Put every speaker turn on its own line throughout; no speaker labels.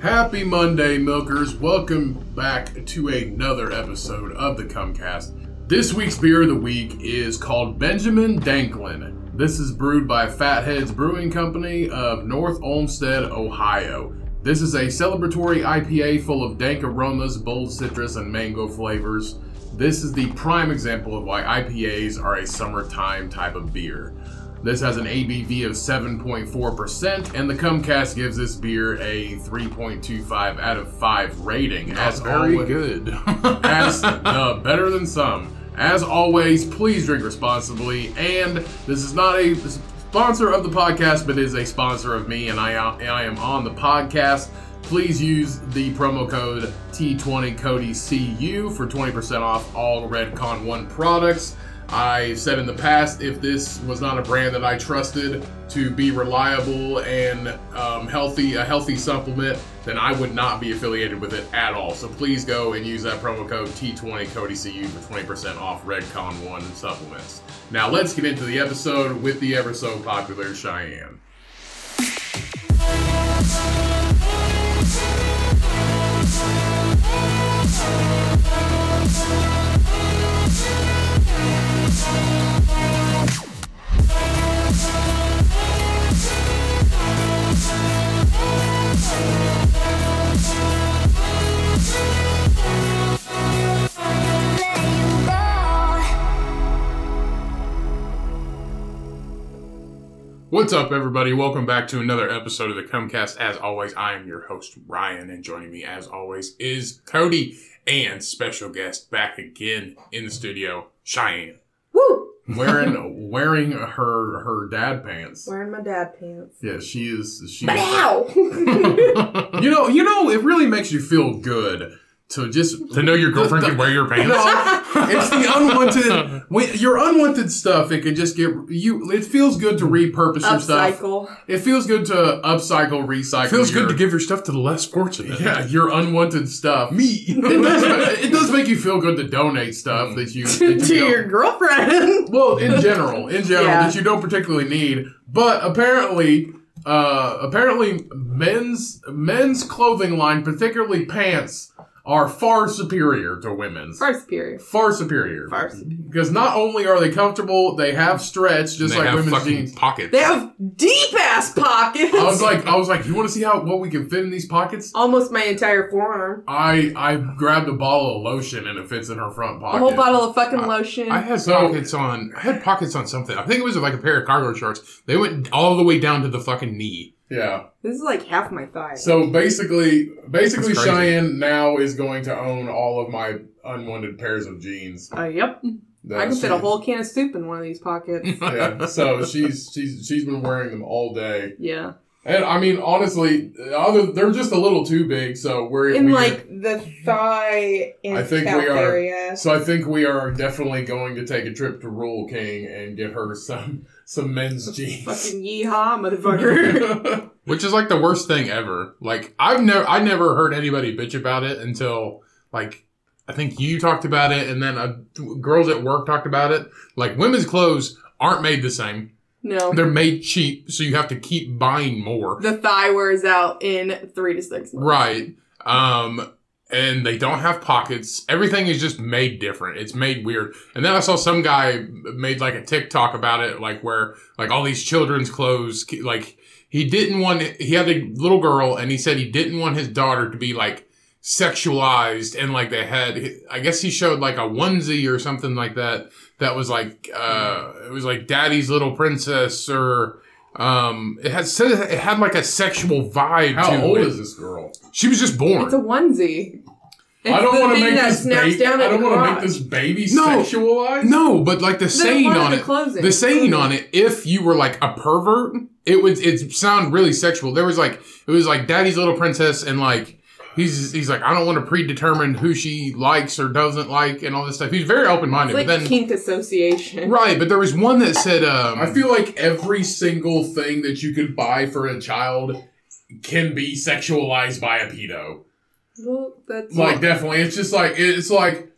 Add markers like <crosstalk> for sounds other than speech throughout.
Happy Monday, milkers. Welcome back to another episode of the Cumcast. This week's beer of the week is called Benjamin Danklin. This is brewed by Fatheads Brewing Company of North Olmsted, Ohio. This is a celebratory IPA full of dank aromas, bold citrus, and mango flavors. This is the prime example of why IPAs are a summertime type of beer. This has an ABV of 7.4%, and the Comcast gives this beer a 3.25 out of 5 rating. As always,
good.
as the better than some. As always, please drink responsibly. And this is not a sponsor of the podcast, but is a sponsor of me, and I, I am on the podcast. Please use the promo code T20CODYCU for 20% off all Redcon 1 products. I said in the past, if this was not a brand that I trusted to be reliable and um, healthy, a healthy supplement, then I would not be affiliated with it at all. So please go and use that promo code T20CODYCU for 20% off Redcon 1 supplements. Now let's get into the episode with the ever so popular Cheyenne. What's up, everybody? Welcome back to another episode of the Comcast. As always, I am your host, Ryan, and joining me, as always, is Cody and special guest back again in the studio, Cheyenne. Woo!
<laughs>
Wearing wearing her her dad pants.
Wearing my dad pants.
Yeah, she is. She.
Bow!
you know, you know, it really makes you feel good to just
To know your girlfriend can wear your pants.
<laughs> No, it's the unwanted. When, your unwanted stuff, it could just get you. It feels good to repurpose your stuff.
Upcycle.
It feels good to upcycle, recycle.
Feels good
your-
to give your stuff to the less fortunate. <laughs>
yeah your unwanted stuff. Me. <laughs> It does, it does make you feel good to donate stuff that
<laughs>
you that you
<laughs> to
don't-
your
<laughs>
girlfriend.
well, in general, in general,
Yeah.
that you don't particularly need. But apparently, uh, apparently, men's men's clothing line, particularly pants, are far superior to women's.
First period.
Far superior.
Far superior.
Because not only are they comfortable, they have stretch, just
They
like
have
women's
fucking
jeans.
pockets.
They have deep ass pockets.
I was like, I was like, you want to see how what we can fit in these pockets?
Almost my entire forearm.
I I grabbed a bottle of lotion and it fits in her front
A
pocket.
whole bottle of fucking lotion.
I had
So-
pockets on. I had pockets on something. I think it was like a pair of cargo shorts. They went all the way down to the fucking knee.
Yeah.
this is like half my thigh.
So basically, basically,
That's crazy.
Cheyenne now is going to own all of my unwanted pairs of jeans.
Uh, yep.
that
I can fit a
she-
whole can of soup in one of these pockets.
<laughs> Yeah. So she's she's she's been wearing them all day,
yeah.
and I mean, honestly, other they're just a little too big. So we're
In
we're-
like the thigh and
I think
calf
we are-
area.
So I think we are definitely going to take a trip to Rule King and get her some some men's jeans.
Fucking yeehaw,
<laughs>
motherfucker. <laughs>
yeah,
Which is like the worst thing ever. Like I've never I never heard anybody bitch about it until like I think you talked about it and then uh, girls at work talked about it. Like women's clothes aren't made the same.
no.
They're made cheap, so you have to keep buying more.
The thigh wears out in three to six months.
Right. Um and they don't have pockets. Everything is just made different. It's made weird. And then I saw some guy made like a TikTok about it like where like all these children's clothes like he didn't want he had a little girl and he said he didn't want his daughter to be like sexualized and like they had I guess he showed like a onesie or something like that that was like uh it was like daddy's little princess or um it had said it had like a sexual vibe
How
to
old
it.
is this girl?
She was just born.
It's a onesie. It's
I don't
the
want to
thing
make
that
this.
snaps
Ba-
down
I
at
don't
the
want to make
crotch.
this baby
No.
sexualized.
no, but like the
The
saying
one
on
of
it,
the clothing.
the saying on it. If you were like a pervert, it would it sound really sexual. There was like it was like Daddy's Little Princess and like. He's, he's like I don't want to predetermine who she likes or doesn't like and all this stuff. He's very open minded,
It's like
but then
kink association.
right. But there was one that said um,
I feel like every single thing that you could buy for a child can be sexualized by a pedo.
Well, that's
Like definitely, it's just like it's like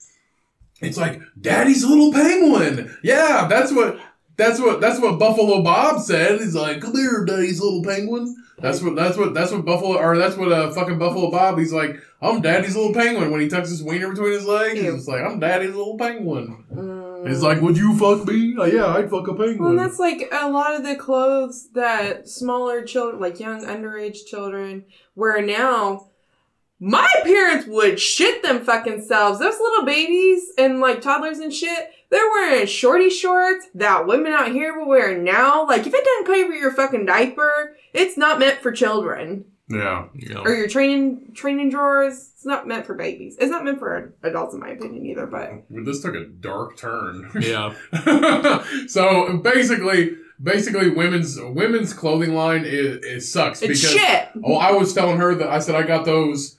it's like Daddy's little penguin. Yeah, that's what that's what that's what Buffalo Bob said. He's like, "Come here, Daddy's little penguin." That's what that's what that's what Buffalo or that's what uh, fucking Buffalo Bob. He's like, I'm Daddy's little penguin when he tucks his wiener between his legs.
Ew.
He's just like, I'm Daddy's little penguin.
Mm.
He's like, Would you fuck me? Uh, yeah, I'd fuck a
Well,
penguin.
and that's like a lot of the clothes that smaller children, like young underage children, wear now. My parents would shit them fucking selves. Those little babies and like toddlers and shit, they're wearing shorty shorts that women out here will wear now. Like, if it doesn't cover your fucking diaper, it's not meant for children.
yeah,
Yeah.
Or your training training drawers, it's not meant for babies. It's not meant for adults, in my opinion, either. But
Well, this took a dark turn. <laughs>
yeah.
so basically, basically, women's women's clothing line is it sucks <laughs>
it's shit.
Oh, I was telling her that I said I got those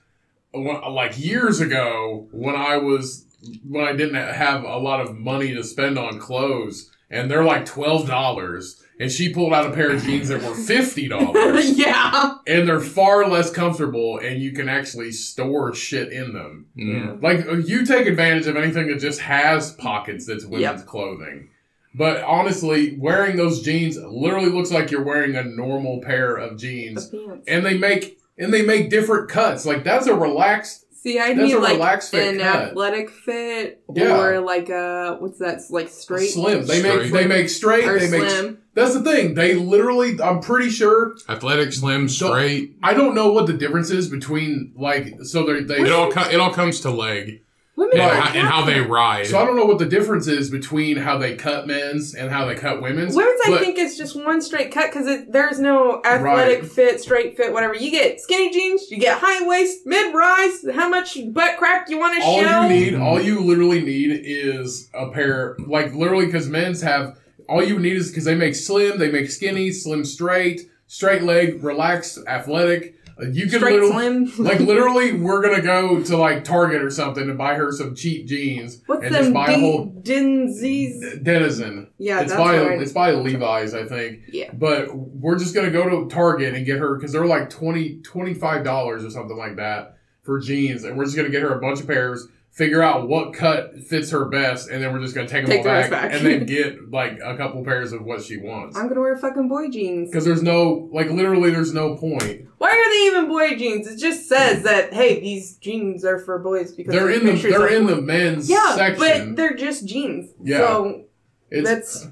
when, like years ago when I was when I didn't have a lot of money to spend on clothes, and they're like twelve dollars. And she pulled out a pair of jeans that were fifty
<laughs>
dollars,
yeah.
and they're far less comfortable, and you can actually store shit in them.
Mm.
Like uh, you take advantage of anything that just has pockets that's women's clothing. But honestly, wearing those jeans literally looks like you're wearing a normal pair of
The
jeans
pants.
and they make and they make different cuts. Like that's a relaxed.
See, I
That's
need
a
like
relaxed fit
an
cut.
athletic fit
Yeah.
or like a what's that like straight
slim. They make
Straight.
they make straight.
or
they make.
slim.
That's the thing. They literally. I'm pretty sure.
Athletic, slim, straight.
I don't know what the difference is between like. So they
It
they.
all co- it all comes to leg
Women
and,
Right.
how, and how they ride.
So I don't know what the difference is between how they cut men's and how they cut women's.
Women's, I
but-
think, is just one straight cut because there's no athletic
Right.
fit, straight fit, whatever. You get skinny jeans, you get high waist, mid rise, how much butt crack you want to
all
show.
you need, all you literally need is a pair, like literally, because men's have all you need is because they make slim, they make skinny, slim straight, straight leg, relaxed, athletic. Uh, You can
straight
literally,
slim.
<laughs> like literally, we're gonna go to like Target or something and buy her some cheap jeans
What's
and just
them
buy a whole
D- Dinsies?
denizen.
Yeah,
it's
that's
by
what I-
it's by Levi's, I think.
Yeah.
But we're just gonna go to Target and get her because they're like 20 25 dollars or something like that for jeans, and we're just gonna get her a bunch of pairs, figure out what cut fits her best, and then we're just gonna take them
Take
all
the
back,
rest back.
and
<laughs>
then get like a couple pairs of what she wants.
I'm gonna wear fucking boy jeans.
Because there's no like literally there's no point.
Why are they even boy jeans? It just says that hey, these jeans are for boys because
They're
there's
in the
pictures
they're
of-
in the men's
yeah,
section.
but they're just jeans.
Yeah.
so
it's
that's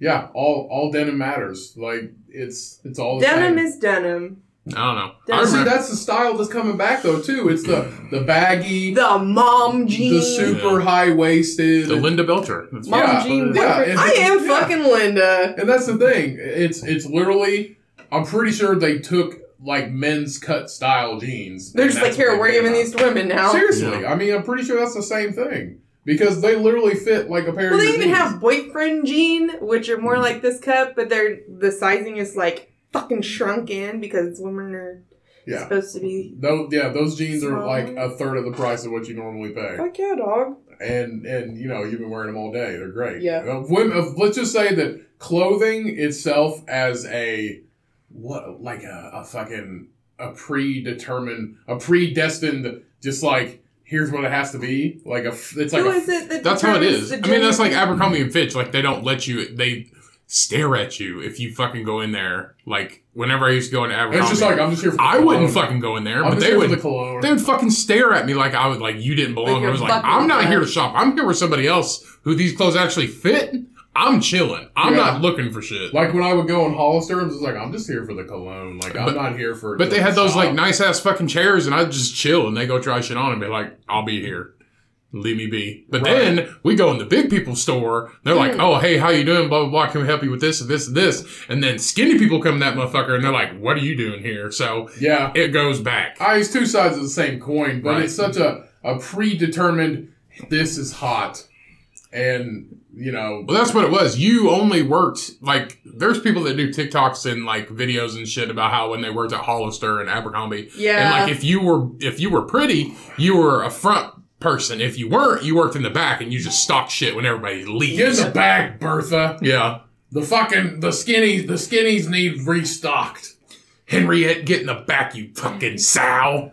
yeah, all all denim matters. Like it's it's all the
denim
same.
is denim.
I don't know. I
That's-
But see,
remember.
that's the style that's coming back though too. It's the the baggy,
The mom
the
jeans.
super high waisted,
The Linda Belcher. That's
mom
yeah,
jean.
yeah,
whatever.
it's-
I am
yeah.
fucking Linda.
and that's the thing. It's it's literally. I'm pretty sure they took like men's cut style jeans.
They're
and
just like
that's what
here,
they
we're
gave
giving
out.
these to women now.
Seriously, I mean, I'm pretty sure that's the same thing because they literally fit like a pair.
Well,
of
they
your
even
jeans.
have boyfriend jean, which are
Mm-hmm.
more like this cup, but they're the sizing is like fucking shrunk in because women are
yeah.
supposed to be.
Those, yeah, those jeans are
Small.
like a third of the price of what you normally pay.
Fuck yeah, dog.
and and you know you've been wearing them all day. They're great.
Yeah.
Uh, women, uh, let's just say that clothing itself as a what like a, a fucking a predetermined a predestined just like here's what it has to be like a f- it's like
Who
a,
is it that
That's how it
determines
is.
the
I mean, that's
gender?
like Abercrombie and Fitch. Like they don't let you. They stare at you if you fucking go in there. Like whenever I used to go into Abercrombie,
it's just like I'm just here. For the
I wouldn't
cologne.
fucking go in there,
I'm
but
just
they
here
would.
for the cologne.
they would fucking stare at me like I was like you didn't belong.
Like
I
you're
was like
fucking
I'm not
trash.
here to shop. I'm here with somebody else who these clothes actually fit. I'm chilling. I'm
Yeah.
not looking for shit.
like when I would go in Hollister, I'm just like I'm just here for the cologne. Like I'm
But-
not here for.
But they had those like
shop.
nice ass fucking chairs, and I'd just chill, and they go try shit on, and be like, "I'll be here, leave me be." But
Right.
then we go in the big people store. and They're like,
Mm.
"Oh, hey, how you doing? Blah blah blah. Can we help you with this and this and this?" And then skinny people come in that motherfucker, and they're like, "What are you doing here?" So
yeah.
it goes back.
I use two sides of the same coin, but
Right.
it's such a, a predetermined this is hot. And you know
Well, that's what it was. You only worked like there's people that do TikToks and like videos and shit about how when they worked at Hollister and Abercrombie,
yeah.
And like if you were if you were pretty, you were a front person. If you weren't, you worked in the back and you just stopped shit when everybody
get
leaves.
in the bag, Bertha.
Yeah.
The fucking the skinnies the skinnies need restocked.
Henriette, get in the back, you fucking
<laughs>
sow.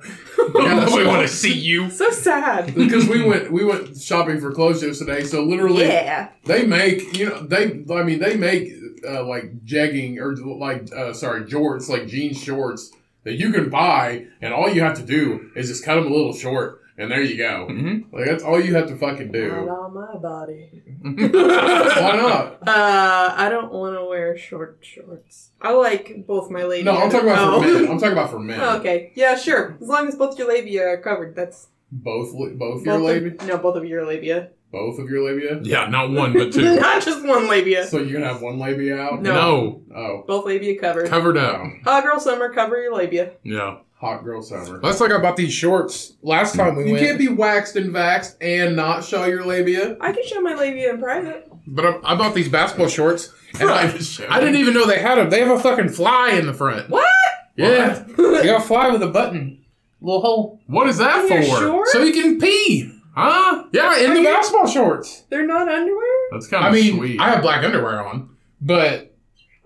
Nobody want to see you.
<laughs>
So sad.
because we went we went shopping for clothes just today. So literally,
yeah.
they make you know they I mean they make uh, like jegging or like uh, sorry jorts like jean shorts that you can buy, and all you have to do is just cut them a little short, and there you go.
Mhm.
Like that's all you have to fucking
Not
do.
on my
<laughs>
body.
Why not?
Uh, I don't want to wear short shorts. I like both my labia.
No, I'm talking about for
Oh.
men. I'm talking about for men.
<laughs> Oh, okay. Yeah, sure. As long as both your labia are covered, that's
Both li- both
both
your
of-
labia,
No, both of your labia.
both of your labia.
Yeah, not one, but two.
<laughs> Not just one labia.
So you're gonna have one labia out.
No.
No,
Oh,
Both labia covered.
covered up.
Hot girl summer, cover your labia.
Yeah.
hot girl summer.
That's like I bought these shorts last time we
You
went.
can't be waxed and vaxxed and not show your labia.
I can show my labia in private.
but I, I bought these basketball shorts, and I,
Private show.
I didn't even know they had them. They have a fucking fly in the front.
What? <laughs>
Yeah, they got a fly with a button, little hole.
What is that
Your
for?
shorts?
So you can pee, huh?
Yeah, in the basketball shorts.
They're not underwear?
That's kind
I
of
mean,
sweet.
I have black underwear on, but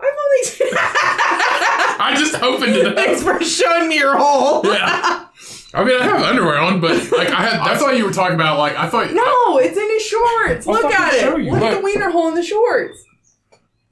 I've <laughs> only.
I just opened it up.
<laughs>
Thanks for showing me your hole.
Yeah.
I mean, I have underwear on, but like
<laughs>
I had.
I
That's
thought you were talking about like I thought.
No, it's in his shorts.
I'll
Look
fucking
at
show
it.
you.
Look at
Look.
the wiener hole in the shorts.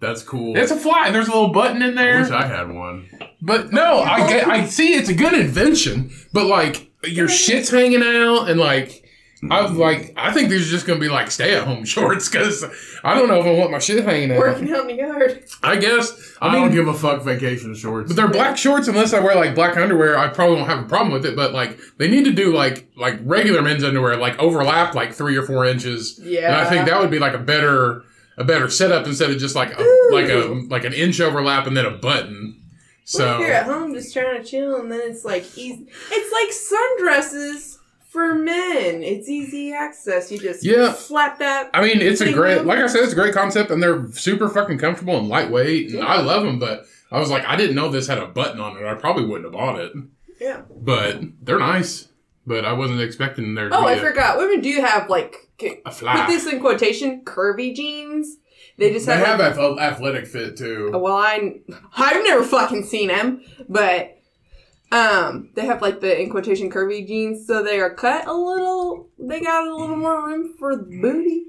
That's cool.
it's a fly. There's a little button in
I wish
there.
I had one.
But no, I get, I see it's a good invention, but like your shit's hanging out and like I
Mm-hmm.
was like I think these are just gonna be like stay at home <laughs> shorts because I don't know if I want my shit hanging out.
Working out in the yard.
I guess
I,
I
don't
mean,
give a fuck vacation shorts.
but they're black shorts unless I wear like black underwear. I probably won't have a problem with it. But like they need to do like like regular men's underwear like overlap like three or four inches.
Yeah.
And I think that would be like a better a better setup instead of just like a,
Ooh.
like a like an inch overlap and then a button.
What if you're
So
at home just trying to chill, and then it's like easy. It's like sundresses for men. It's easy access. You just
Yeah.
slap that.
I mean, it's a
Pretty
great,
good.
like I said, it's a great concept, and they're super fucking comfortable and lightweight, and I love them. But I was like, I didn't know this had a button on it. I probably wouldn't have bought it,
Yeah.
but they're nice. But I wasn't expecting there to
Oh,
be
I
a-
forgot. Women do have like c-
a
put
fly.
this in quotation curvy jeans. They just
they
have,
have
like,
ath- oh, athletic fit too.
well, I I've never fucking seen them, but um, they have like the in quotation curvy jeans, so they are cut a little. They got a little more room for the booty.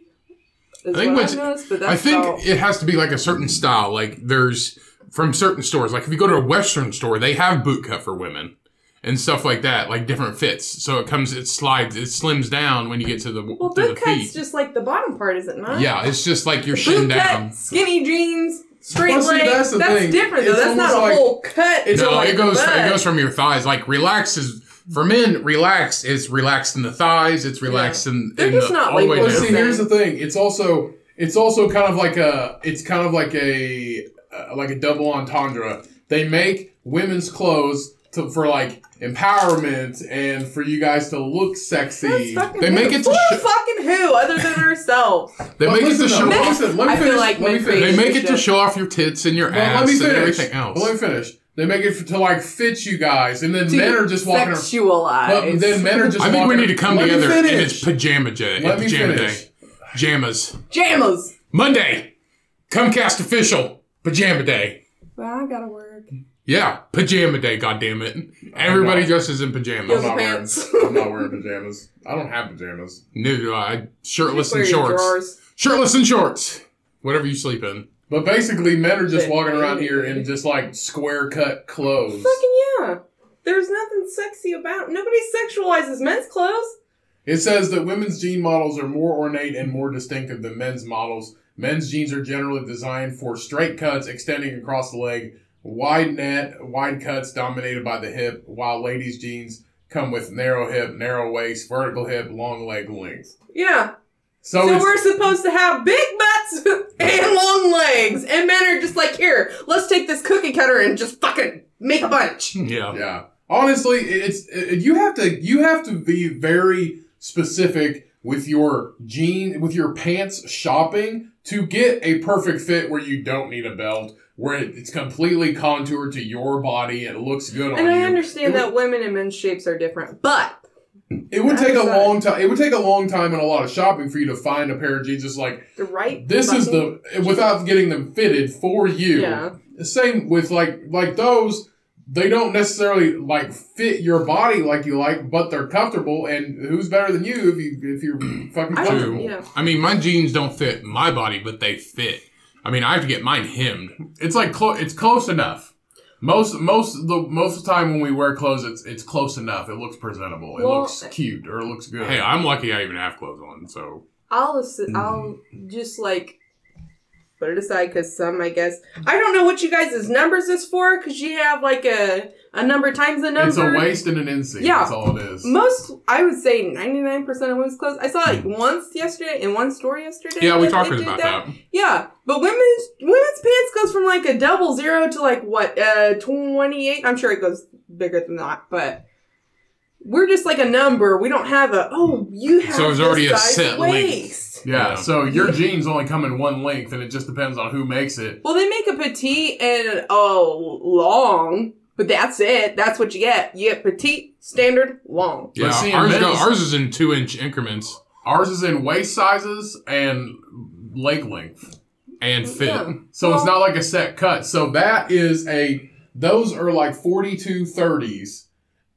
Is
I think
what
what's-
I've noticed, but that's
I think
all.
it has to be like a certain style. Like there's from certain stores. Like if you go to a Western store, they have boot cut for women and stuff like that, like different fits. So it comes, it slides, it slims down when you get to the
Well,
to the
boot cut's
feet.
just like the bottom part, is it not?
yeah, it's just like your shin
Boot
down.
cut, skinny jeans, straight
Well, see,
legs.
that's
That's,
the thing.
different though.
It's
that's not a
almost like-
whole cut.
It's
no,
like
it goes
butt.
it goes from your thighs. Like relax is for men. Relax is relaxed in the thighs. It's relaxed in,
They're
in
just
the,
not
all the way
Well,
labeled.
down.
see, here's the thing. It's also it's also kind of like a it's kind of like a uh, like a double entendre. They make women's clothes to, for like empowerment and for you guys to look
That's
sexy.
fucking
They
who.
make it to
For
sho-
fucking who
<laughs>
other than ourselves?
They
But
make it
listen
to
though,
show.
Men-
Off,
listen, let me
I feel
finish.
like
let me
men
finish.
they
create-
make it to show off your tits and your
Well,
ass
let me
and
finish.
everything else.
Well, let me finish. They make it to like fit you guys, and then men are just walking. around.
Sexualized.
But then men are just.
I think we
walking-
need to come
Let me
together and
finish.
it's pajama day.
Let me
pajama
finish.
day. Pajamas.
Jammers.
Monday. Comcast official. Pajama day.
But I gotta work.
Yeah, pajama day. God damn it! Everybody
know.
dresses in
I'm
pajamas.
Yoga
not wearing.
pants.
<laughs> I'm not wearing pajamas. I don't have pajamas.
Neither do I. Shirtless
Wear
and
your
shorts.
drawers.
Shirtless and shorts. Whatever you sleep in.
But basically, men are just
But-
walking around here in just like square cut clothes.
Fucking yeah. There's nothing sexy about nobody sexualizes men's clothes.
It says that women's jean models are more ornate and more distinctive than men's models. Men's jeans are generally designed for straight cuts extending across the leg, wide net, wide cuts dominated by the hip, while ladies' jeans come with narrow hip, narrow waist, vertical hip, long leg length.
Yeah.
So,
so
Oh, it's,
we're supposed to have big butts <laughs> and long legs, and men are just like, here, let's take this cookie cutter and just fucking make a bunch.
Yeah.
Yeah. Honestly, it's it, you have to you have to be very specific with your jean with your pants shopping to get a perfect fit where you don't need a belt, where it, it's completely contoured to your body and it looks good on
And I
you.
understand
It
that women and men's shapes are different, but
It would
I
take a
understand.
long time. It would take a long time and a lot of shopping for you to find a pair of jeans that's like
the right.
this is
fucking-
the without getting them fitted for you.
Yeah.
Same with like like those.
they don't necessarily like fit your body like you like, but they're comfortable. And who's better than you if you if you're fucking
I
comfortable?
don't, yeah.
I mean, my jeans don't fit my body, but they fit. I mean, I have to get mine hemmed.
It's like clo- it's close enough. Most most the most of the time when we wear clothes, it's it's close enough. It looks presentable. It
Well-
looks cute or it looks good.
Hey, I'm lucky I even have clothes on. So
I'll assi-
Mm.
I'll just like put it aside because some I guess I don't know what you guys' numbers is for because you have like a a number times a number.
it's a waist and an inseam.
Yeah.
That's all it is.
Most I would say ninety nine percent of women's clothes. I saw it once yesterday in one store yesterday.
yeah, we
that
talked
they did
about that.
Yeah, but women's women's pants goes from like a double zero to like what uh twenty eight. I'm sure it goes bigger than that, but. We're just like a number. We don't have a oh you have
So it's
this
already a
size
set length.
waist.
yeah,
Yeah.
So your jeans only come in one length, and it just depends on who makes it.
Well, they make a petite and oh long, but that's it. That's what you get. You get petite, standard, long.
Yeah,
see, in
ours, go,
men's-
ours is in two inch increments
Ours is in waist sizes and leg length.
and fit.
Oh, Yeah.
So it's
Well-
not like a set cut. So that is a
Those are like 42 30s,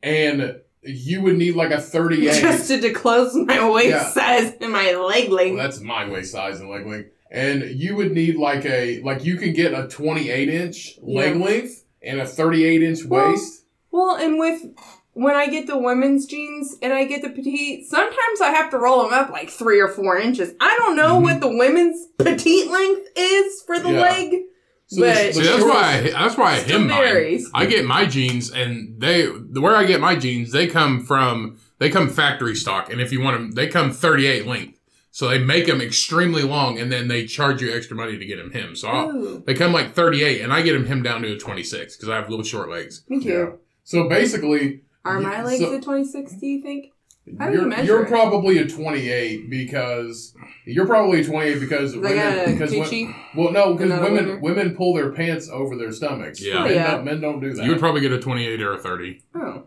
and you would need like a 38.
Just to disclose my <laughs> waist
Yeah.
size and my leg
Well,
length.
that's my waist size and leg length. And you would need like a like you can get a 28 inch leg
Yeah.
length and a 38 inch
Well-
waist.
Well, and with when I get the women's jeans and I get the petite, sometimes I have to roll them up like three or four inches. I don't know what the women's petite length is for the
Mm-hmm. Yeah.
leg,
So
but
See, that's why I, that's why I
Still
hem mine.
varies.
I get my jeans, and they the where I get my jeans, they come from they come factory stock, and if you want them, they come 38 length. So they make them extremely long, and then they charge you extra money to get them hemmed. So
Uh,
I'll,
Ooh,
they come like 38, and I get them hemmed down to a 26 because I have little short legs.
me too.
Yeah. So basically,
Are my
Yeah,
legs
so-
at twenty six? Do you think? How do you
you're,
measure
you're
it?
probably a 28 because you're probably a 28 because
They got a
women, because
coochie.
women, well no because
Another
women
wonder.
women pull their pants over their stomachs.
Yeah.
Men,
Yeah.
Don't, men don't do that.
You would probably get a 28 or a 30.
Oh.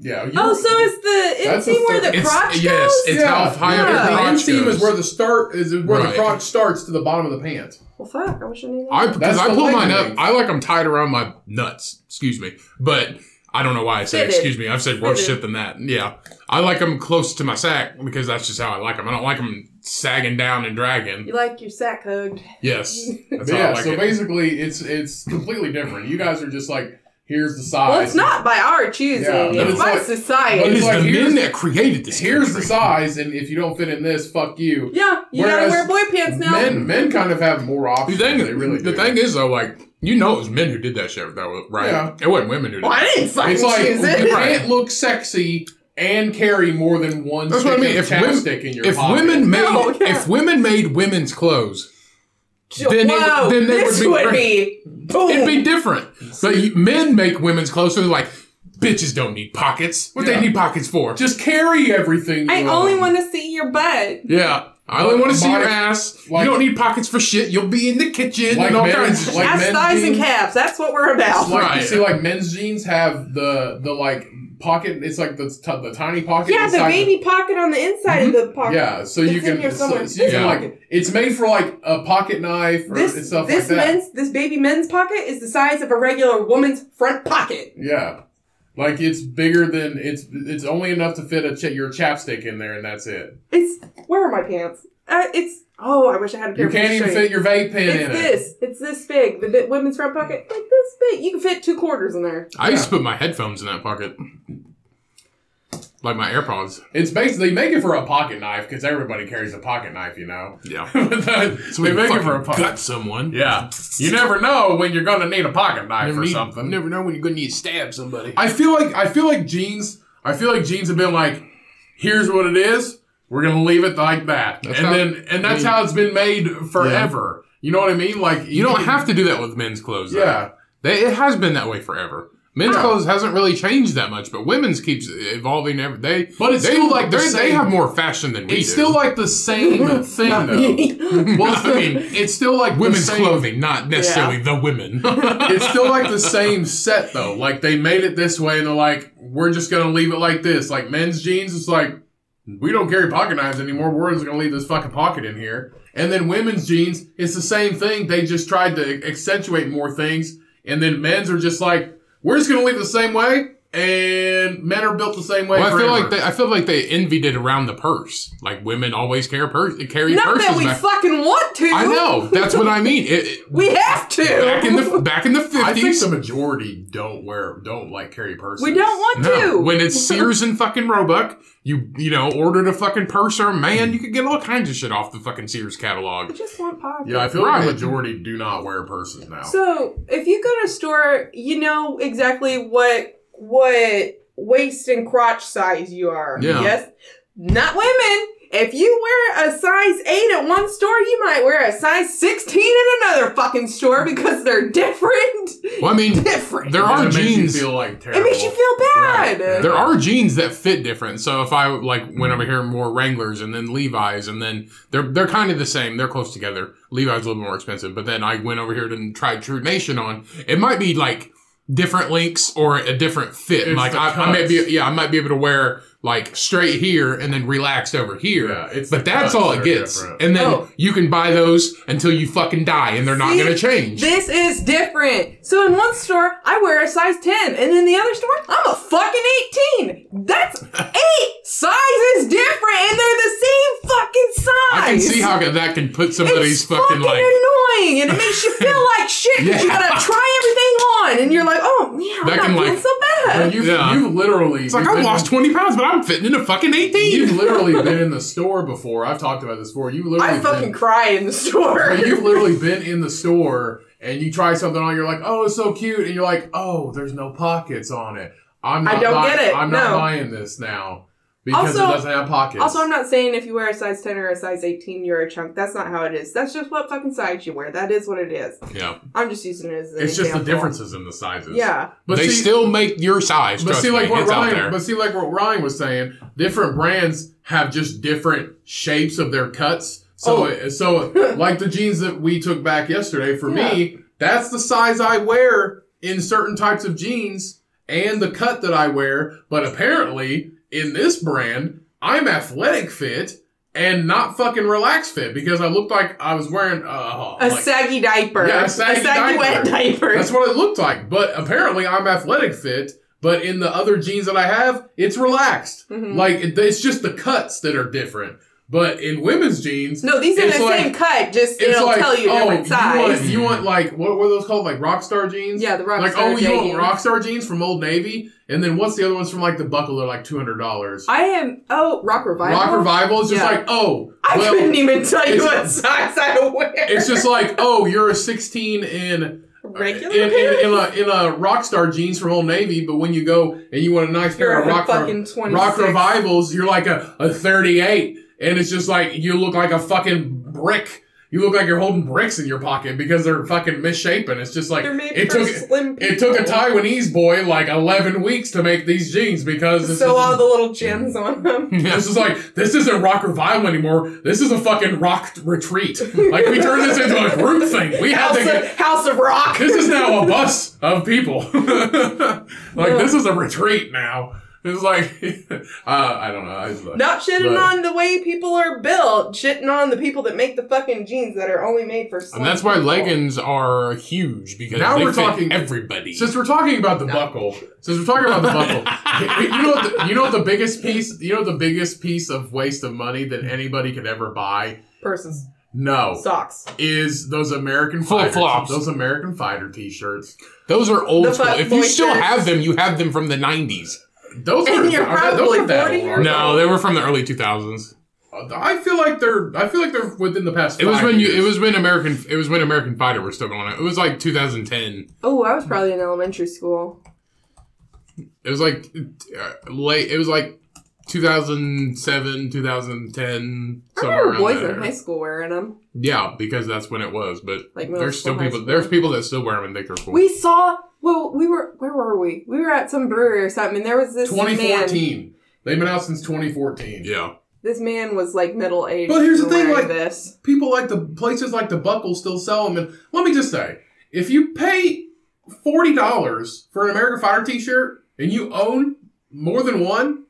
yeah.
Oh, so it's the
That's
inseam
a
where the
It's-
crotch
yes,
goes?
it's
Yeah.
how high
Yeah.
up your
the
crotch
inseam
goes.
is where the start is where
Right.
the crotch starts to the bottom of the pants.
well, fuck, I wish I knew that.
I because
That's
I
the
pull
leg
mine up.
length.
I like them tied around my nuts. Excuse me, but I don't know why I said
Fitted.
excuse me. I've said worse
Fitted.
shit than that. Yeah, I like them close to my sack because that's just how I like them. I don't like them sagging down and dragging.
you like your sack hugged.
Yes, that's
But
how I
yeah,
like
so
it.
basically it's it's completely different. You guys are just like, here's the size.
Well, it's not by our choosing.
Yeah,
but
it's
it's
by
like-
It
it's
society.
is
like,
the men
here's-
that created this.
here's the
country.
size, and if you don't fit in this, fuck you.
Yeah, you gotta
Whereas
wear boy pants now.
Men, men kind of have more
The
options.
thing,
they really
the
do.
thing is though, like you know, it was men who did that shit, though, right?
Yeah.
It wasn't women who did.
well, I
it.
didn't fucking
it's like
choose
you
it.
can't look sexy and carry more than one.
That's
stick
what I mean.
Of
If women,
chapstick in your
if
pocket.
women made,
<laughs> No, yeah.
if women made women's clothes,
Whoa,
then they would- then they
this
would be
would
great.
be. Boom.
It'd be different. But you, men make women's clothes, so they're like, bitches don't need pockets. What
Yeah.
they need pockets for?
just carry everything.
I
you
only
own.
want to see your butt.
yeah. I only want to see your
Like-
ass.
like-
you don't need pockets for shit. You'll be in the kitchen
Like
and all
men-
kinds of
like-
Ass,
men's
thighs, and
jeans.
calves. That's what we're about.
Like
Right.
you see, like men's jeans have the the like pocket. It's like the t- the tiny pocket.
yeah, the
inside Mm-hmm.
baby pocket on the inside of the pocket.
Yeah, so
It's
you
in here
can so,
somewhere.
so you can
Yeah.
like it's made for like a pocket knife or
This,
and stuff
this
like that.
men's this baby men's pocket is the size of a regular woman's front pocket.
Yeah. Like it's bigger than it's it's only enough to fit a ch- your chapstick in there and that's it.
It's where are my pants? Uh, it's oh, I wish I had a pair.
You
of
can't
pants
even
straight.
fit your vape pen in
It's
it.
this. It's this big. The bit- women's front pocket, like this big. You can fit two quarters in there.
I used to put my headphones in that pocket. Like my AirPods.
It's basically they make it for a pocket knife because everybody carries a pocket knife, you
<laughs>
know.
Yeah.
so
we
they make it
fucking
for a pocket.
Gut someone.
Yeah. You never know when you're gonna need a pocket knife
Never
or
need-
something.
Never know when you're gonna need to stab somebody.
I feel like I feel like <laughs> jeans. I feel like jeans have been like, here's what it is. We're gonna leave it like that,
That's
and
how-
then and that's
I mean-
how it's been made forever. You know what I mean? Like
You don't have to do that with men's clothes. though.
Yeah,
They, it has been that way forever. Men's
Yeah.
clothes hasn't really changed that much, but women's keeps evolving. Every, they,
But it's
they,
still like the
they, they
same.
have more fashion than we
it's
do.
still like the <laughs> same thing
Not
though.
me.
Well, I mean, it's still like the
women's
same-
clothing, not necessarily
<laughs>
the women.
It's still like the same set though. Like they made it this way, and they're like, we're just gonna leave it like this. Like men's jeans, it's like we don't carry pocket knives anymore. We're just gonna leave this fucking pocket in here. And then women's jeans, e-, it's the same thing. They just tried to accentuate more things. And then men's are just like, we're just gonna leave it the same way, and men are built the same way.
Well, I feel
forever.
like they, I feel like they envied it around the purse. Like women always carry purse, carry
Not
purses.
that we
back.
fucking want to.
I know. That's what I mean.
<laughs>
It, it-
We have to.
back in the back in the
I think
fifties.
the majority don't wear, don't like carry purses.
we don't want
No,
to.
when it's Sears and fucking Roebuck, you you know ordered a fucking purse or a man, you could get all kinds of shit off the fucking Sears
I
catalog.
just want pockets.
Yeah, I feel like the
Right.
majority do not wear purses now.
So if you go to a store, you know exactly what what waist and crotch size you are.
Yeah.
Yes. Not women. If you wear a size eight at one store, you might wear a size sixteen in another fucking store because they're different. <laughs>
Well, I mean,
Different.
there
And
are
it makes you
jeans.
feel like terrible.
it makes you feel
Right.
bad.
There are jeans that fit different. So if I like went over here and wore Wranglers and then Levi's and then they're they're kind of the same. They're close together. Levi's a little more expensive, but then I went over here and tried True Nation on. It might be like different links or a different fit.
It's
like
the
I, I might be
cuts.
yeah, I might be able to wear like straight here and then relaxed over here.
Yeah, it's
but
the
that's
cuts
all
that
it
are
gets.
different.
And then
Oh.
you can buy those until you fucking die and they're not
See?
gonna change.
This is different. So in one store, I wear a size 10, and in the other store, I'm a fucking 18.
<laughs>
That's eight sizes different, and they're the same fucking size.
I can see how that can put somebody's
it's
fucking like
annoying, and it makes you feel
<laughs>
like shit because you
Yeah.
gotta try everything on, and you're like, oh yeah,
That
I'm
can,
not feeling
like-
so
And
bad.
you've,
Yeah.
you've literally.
It's like I lost 20 pounds, but I'm fitting in a fucking
<laughs>
18.
You've literally been in the store before. I've talked about this before. You literally.
I fucking
been,
cry in the store.
But you've literally been in the store and you try something on. You're like, oh, it's so cute, and you're like, oh, there's no pockets on it. I'm
I
not
don't
buy-
get it,
I'm not
no.
buying this now because
Also-
it doesn't have pockets.
<laughs> Also, I'm not saying if you wear a size 10 or a size 18, you're a chunk. That's not how it is. That's just what fucking size you wear. That is what it is.
Yeah.
I'm just using it as an
It's just the
example.
differences in the sizes.
Yeah.
but
they
see,
still make your size.
But
trust
see,
me,
like what
it's out
Ryan,
there.
but see, like what Ryan was saying, different brands have just different shapes of their cuts. So, so like the jeans that we took back yesterday for me, that's the size I wear in certain types of jeans and the cut that I wear. But apparently, in this brand, I'm athletic fit and not fucking relaxed fit because I looked like I was wearing uh,
A
like-
saggy diaper.
Yeah, a saggy
wet diaper.
that's what it looked like. But apparently, I'm athletic fit. But in the other jeans that I have, it's relaxed.
Mhm.
Like it, it's just the cuts that are different. But in women's jeans,
no, these are
It's
the
like-
same cut, just
it's
it'll
like
tell you
oh,
different size.
you want you want like what were those called? Like rock star jeans.
yeah, the rock
like
star
oh, you want
jeans.
rock star jeans from Old Navy, and then what's the other ones from like the Buckle? They're like two hundred dollars.
I am. Oh, rock revival.
Rock revival is just
Yeah.
like oh,
I
well,
couldn't even tell you
it's-
what size I wear.
it's just like oh, you're a sixteen in
regular.
in,
pants?
in, in a in a Rockstar jeans from Old Navy, but when you go and you want a nice
You're
pair of
a
rock,
fucking 26.
rock revivals, you're like a, a 38, and it's just like you look like a fucking brick. You look like you're holding bricks in your pocket because they're fucking misshapen. It's just like
They're made
it
for
took
slim people.
it took a Taiwanese boy like 11 weeks to make these jeans because it's
So
just-
all the little gems on them.
<laughs>
Yeah.
this is like this isn't rock revival anymore. This is a fucking rock retreat. Like we turned this into a group thing. We had
House
to get
of, House of
<laughs>
Rock.
this is now a bus of people. <laughs> like this is a retreat now. It's like <laughs> uh, I don't know. I just,
Not shitting
But-
on the way people are built, shitting on the people that make the fucking jeans that are only made for. Slim
and that's why
people.
leggings are huge because
Now
they
we're
fit
talking-
everybody.
Since we're talking about the buckle, since we're talking about the buckle,
<laughs>
you know what the, you know what the biggest piece you know what the biggest piece of waste of money that anybody could ever buy.
Purses,
No,
socks.
is those American
Flip
fighter-
flops.
Those American fighter T-shirts.
Those are old
The
school.
fuck
If you
boy
still
shirts.
have them, you have them from the 90s.
Those
And
are
you're
I- those
probably
aren't that
40
old.
years
No, they were from the early 2000s.
I feel like they're. I feel like they're within the past.
It was
five
when you.
years.
It was when American. It was when American Fighter was still going on. It was like 2010.
Oh, I was probably in elementary school.
It was like uh, late. It was like 2007, 2010.
I
somewhere
remember
around
boys
there.
in high school wearing them.
Yeah, because that's when it was. But
Like middle
there's still
school, high
people.
school.
There's people that still wear them and think they're cool.
We saw. Well, we were. Where were we? We were at some brewery or something. And there was this man.
2014. They've been out since 2014.
yeah,
This man was like middle aged.
But here's the thing, like-
this.
people like the places like the Buckle still sell them. And let me just say, if you pay forty dollars for an American Fighter T-shirt and you own more than one,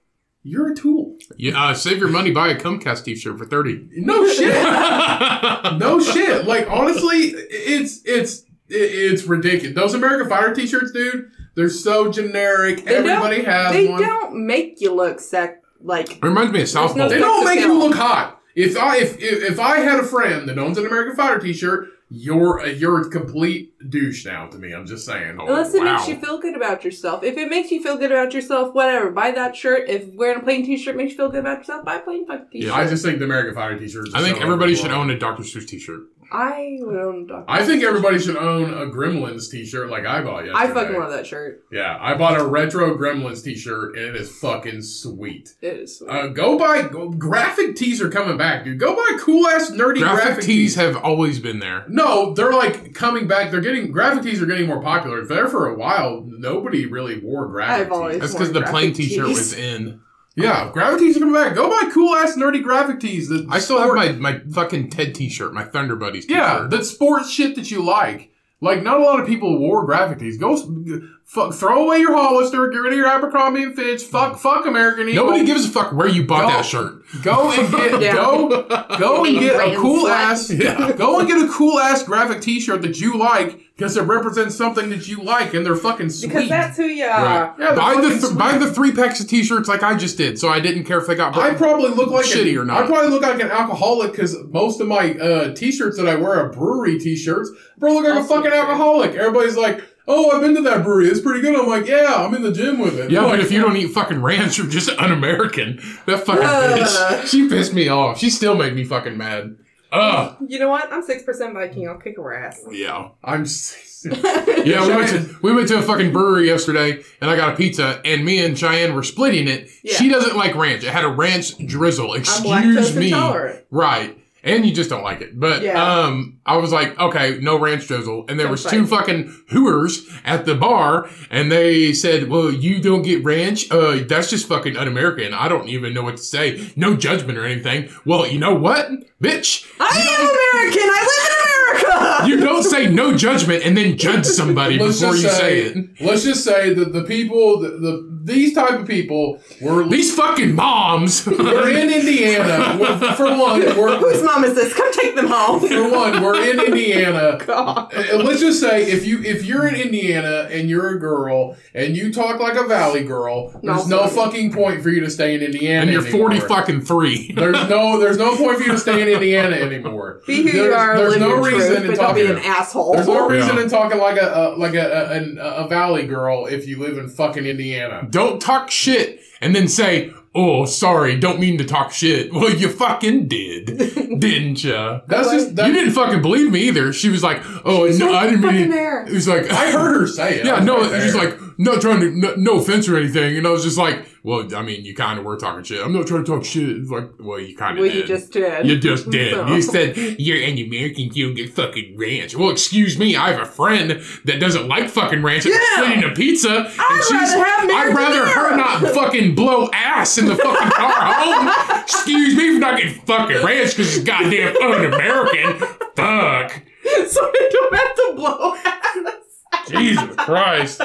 you're a tool.
yeah. Uh, save your money, buy a Comcast T-shirt for
<laughs>
thirty.
No shit.
yeah,
no shit. Like honestly, it's it's it's ridiculous. Those American Fighter T-shirts, dude. They're so generic.
They don't-
Everybody has
They
one.
don't make you look sec like
It reminds me of South
no
Bowl.
They don't make you
Fulfill.
look hot. If I if, if if I had a friend that owns an American Fighter T-shirt, you're a, you're a complete douche now to me. I'm just saying.
unless it
wow.
makes you feel good about yourself. If it makes you feel good about yourself, whatever. Buy that shirt. If wearing a plain T-shirt makes you feel good about yourself, buy a plain fucking T-shirt.
I just think the American Fighter T-shirt.
I think everybody should own a Dr. Seuss T-shirt.
I would own a Dr.
I think everybody should own a Gremlins T-shirt like I bought yesterday.
I fucking love that shirt.
Yeah, I bought a retro Gremlins T-shirt and it is fucking sweet.
It is. Sweet.
Uh, go buy go, graphic tees are coming back, dude. Go buy cool ass nerdy graphic,
Graphic tees have always been there.
No, they're like coming back. They're getting graphic tees are getting more popular. There for a while, nobody really wore graphic
I've
tees.
always-
That's because the
Graphic
plain T-shirt
tees.
was in.
Yeah, graphic tees are coming back. Go buy cool ass nerdy graphic tees. That
I still have
sport-
my, my fucking Ted T-shirt, my Thunder Buddies T-shirt.
yeah that sports shit that you like. Like not a lot of people wore graphic tees. Go s- fuck, throw away your Hollister. Get rid of your Abercrombie and Fitch. Fuck, fuck American Eagle.
Mm. Nobody gives a fuck where you
Go-
bought that shirt. <laughs>
Go and get
Yeah.
go go and get a
Brand
cool
slut.
ass go and get a cool ass graphic T-shirt that you like because it represents something that you like and they're fucking sweet.
because that's who you are.
Yeah, they're
buy the
fucking
th-
sweet.
buy the three packs of T-shirts like I just did, so I didn't care if they got.
I probably look like
Shitty
an,
or not.
I probably look like an alcoholic because most of my uh, T-shirts that I wear are brewery T-shirts. I probably look like
That's
a fucking
true.
alcoholic. Everybody's like, "Oh, I've been to that brewery. It's pretty good." I'm like, "Yeah, I'm in the gym with it."
yeah,
Like,
but if you don't eat fucking ranch, you're just un-American. That fucking
Uh.
bitch. She pissed me off. She still made me fucking mad. Ugh.
You know what? I'm six percent Viking. I'll kick her ass.
Yeah.
I'm s-
Yeah, we went, to, we went to a fucking brewery yesterday, and I got a pizza, and me and Cheyenne were splitting it.
Yeah.
She doesn't like ranch. It had a ranch drizzle.
I'm
Excuse
lactose
me.
intolerant.
Right. And you just don't like it. But
Yeah.
um I was like, okay, no ranch drizzle. And there was
That's
two
right.
fucking hooers at the bar and they said, Well, you don't get ranch? Uh that's just fucking un American. I don't even know what to say. No judgment or anything. Well, you know what? Bitch,
I am American. I live in America.
you don't say no judgment and then judge somebody
let's
before you
just
say,
say,
it.
let's just say that the people, the, the these type of people were
<laughs> These fucking moms. <laughs>
We're in Indiana. We're- for one, we're
<laughs> Whose mom is this? Come take them home.
for one, we're in
<laughs>
Indiana.
Oh, God.
And let's just say if you if you're in Indiana and you're a girl and you talk like a valley girl, there's no,
No.
fucking point for you to stay in Indiana.
and you're
anymore.
forty fucking three.
There's no there's no point for you to stay in Indiana anymore.
<laughs> Be who
there's,
you are.
There's
live
no
your
reason
truth,
in
but don't be
talking.
an asshole.
there's no
Yeah.
reason in talking like a, a like a, a a valley girl if you live in fucking Indiana.
don't talk shit and then say, "Oh, sorry, don't mean to talk shit." <laughs> Well, you fucking
<laughs>
did, didn't ya?
That's just that,
you didn't fucking believe me either. She was like, "Oh, no, I didn't mean
fucking
it."
there.
It was
<laughs>
like <laughs>
I heard her say it. I
Yeah,
was
no,
right
she's
there.
like not trying to no, no offense or anything, and I was just like, "Well, I mean, you kind of were talking shit. I'm not trying to talk shit." It's like, well, you kind of
Well,
did.
you just
<laughs>
did.
You just did.
So-
You said you're an American. You don't get fucking ranch. Well, excuse me. I have a friend that doesn't like fucking ranch. and
Yeah.
splitting a pizza. I'd
rather have Mary
I'd rather her
Tamara.
<laughs>
not fucking blow ass in the fucking car home. Excuse me for not getting fucking ranch because she's goddamn un-American. Fuck.
<laughs> so I don't have to blow <laughs> ass.
Jesus Christ.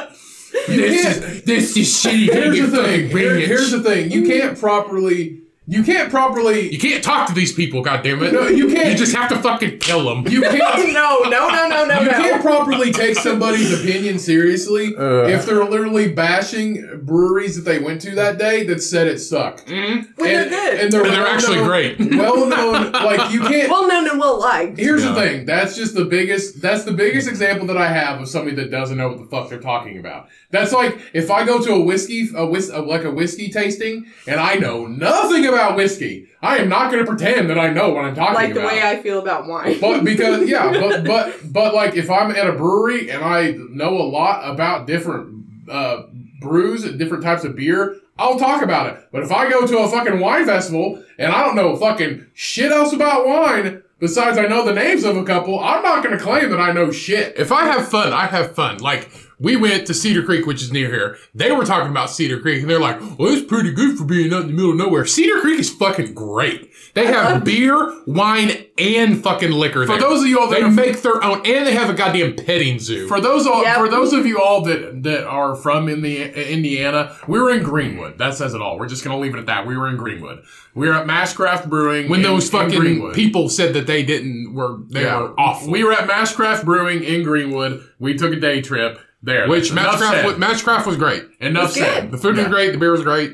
This is this is shitty. Don't
Here's
get
the thing.
fucking
Here-
ranch.
here's the thing.
Mm-hmm.
You can't properly. You can't properly.
you can't talk to these people. Goddamn it.
No, you can't.
You just have to fucking kill them.
You can't.
No, no, no, no, no,
You
no.
can't properly take somebody's opinion seriously
<laughs> Uh.
if they're literally bashing breweries that they went to that day that said it sucked.
When
and,
they're good.
and they're,
And they're actually
well-known-
great.
Well known. Like you can't.
<laughs> well known and well liked.
Here's
Yeah.
the thing. That's just the biggest. That's the biggest example that I have of somebody that doesn't know what the fuck they're talking about. That's like if I go to a whiskey, a whis, a, like a whiskey tasting, and I know nothing about whiskey. I am not going to pretend that I know what I'm talking
Like the
about.
way I feel about <laughs> wine.
but because yeah, but but but like if I'm at a brewery and I know a lot about different uh, brews and different types of beer, I'll talk about it. But if I go to a fucking wine festival and I don't know fucking shit else about wine besides I know the names of a couple, I'm not gonna claim that I know shit.
If I have fun, I have fun. Like we went to Cedar Creek, which is near here. They were talking about Cedar Creek, and they're like, "Well, it's pretty good for being out in the middle of nowhere." Cedar Creek is fucking great. They
<laughs>
have beer, wine, and fucking liquor.
For
there.
those of you all that
they
are-
make their own, and they have a goddamn petting zoo.
For those all,
Yep.
for those of you all that that are from in the Indiana, we were in Greenwood. That says it all. We're just gonna leave it at that. We were in Greenwood. We were at Mashcraft Brewing
when
in-
those
in
fucking
Greenwood.
people said that they didn't were they
Yeah.
were awful.
We were at Mashcraft Brewing in Greenwood. We took a day trip. There.
Which
Enough
Matchcraft,
said.
wa- Matchcraft was great.
Enough
It's good.
said.
The food
Yeah.
was great. The beer was great.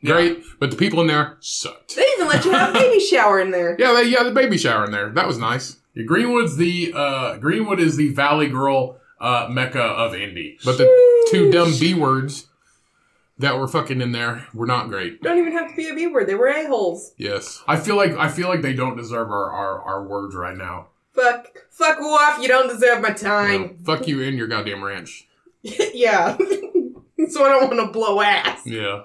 Yeah.
Great. But the people in there sucked.
They even let you have a baby shower in <laughs> there.
Yeah, they, yeah, the baby shower in there. That was nice.
Yeah, Greenwood's the uh, Greenwood is the Valley Girl uh, mecca of indie.
But the two dumb B words that were fucking in there were not great.
Don't even have to be a B word. They were a holes.
Yes.
I feel like I feel like they don't deserve our our, our words right now.
Fuck, fuck off. You don't deserve my
Yeah.
time.
Fuck you and your goddamn ranch.
yeah. <laughs> so I don't want to blow ass.
Yeah.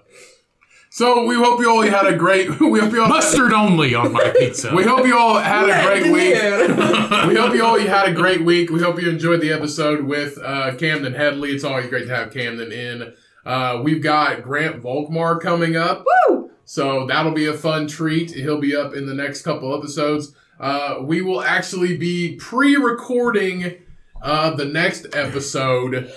So we hope you all had a great. <laughs> We hope you all.
Mustard only on <laughs> my pizza.
We hope you all had a great
<laughs>
week.
week.
<laughs>
We hope you all had a great week. We hope you enjoyed the episode with uh, Camden Headley. It's always great to have Camden in. Uh, we've got Grant Volkmar coming up.
Woo!
So that'll be a fun treat. He'll be up in the next couple episodes. Uh, we will actually be pre-recording uh, the next episode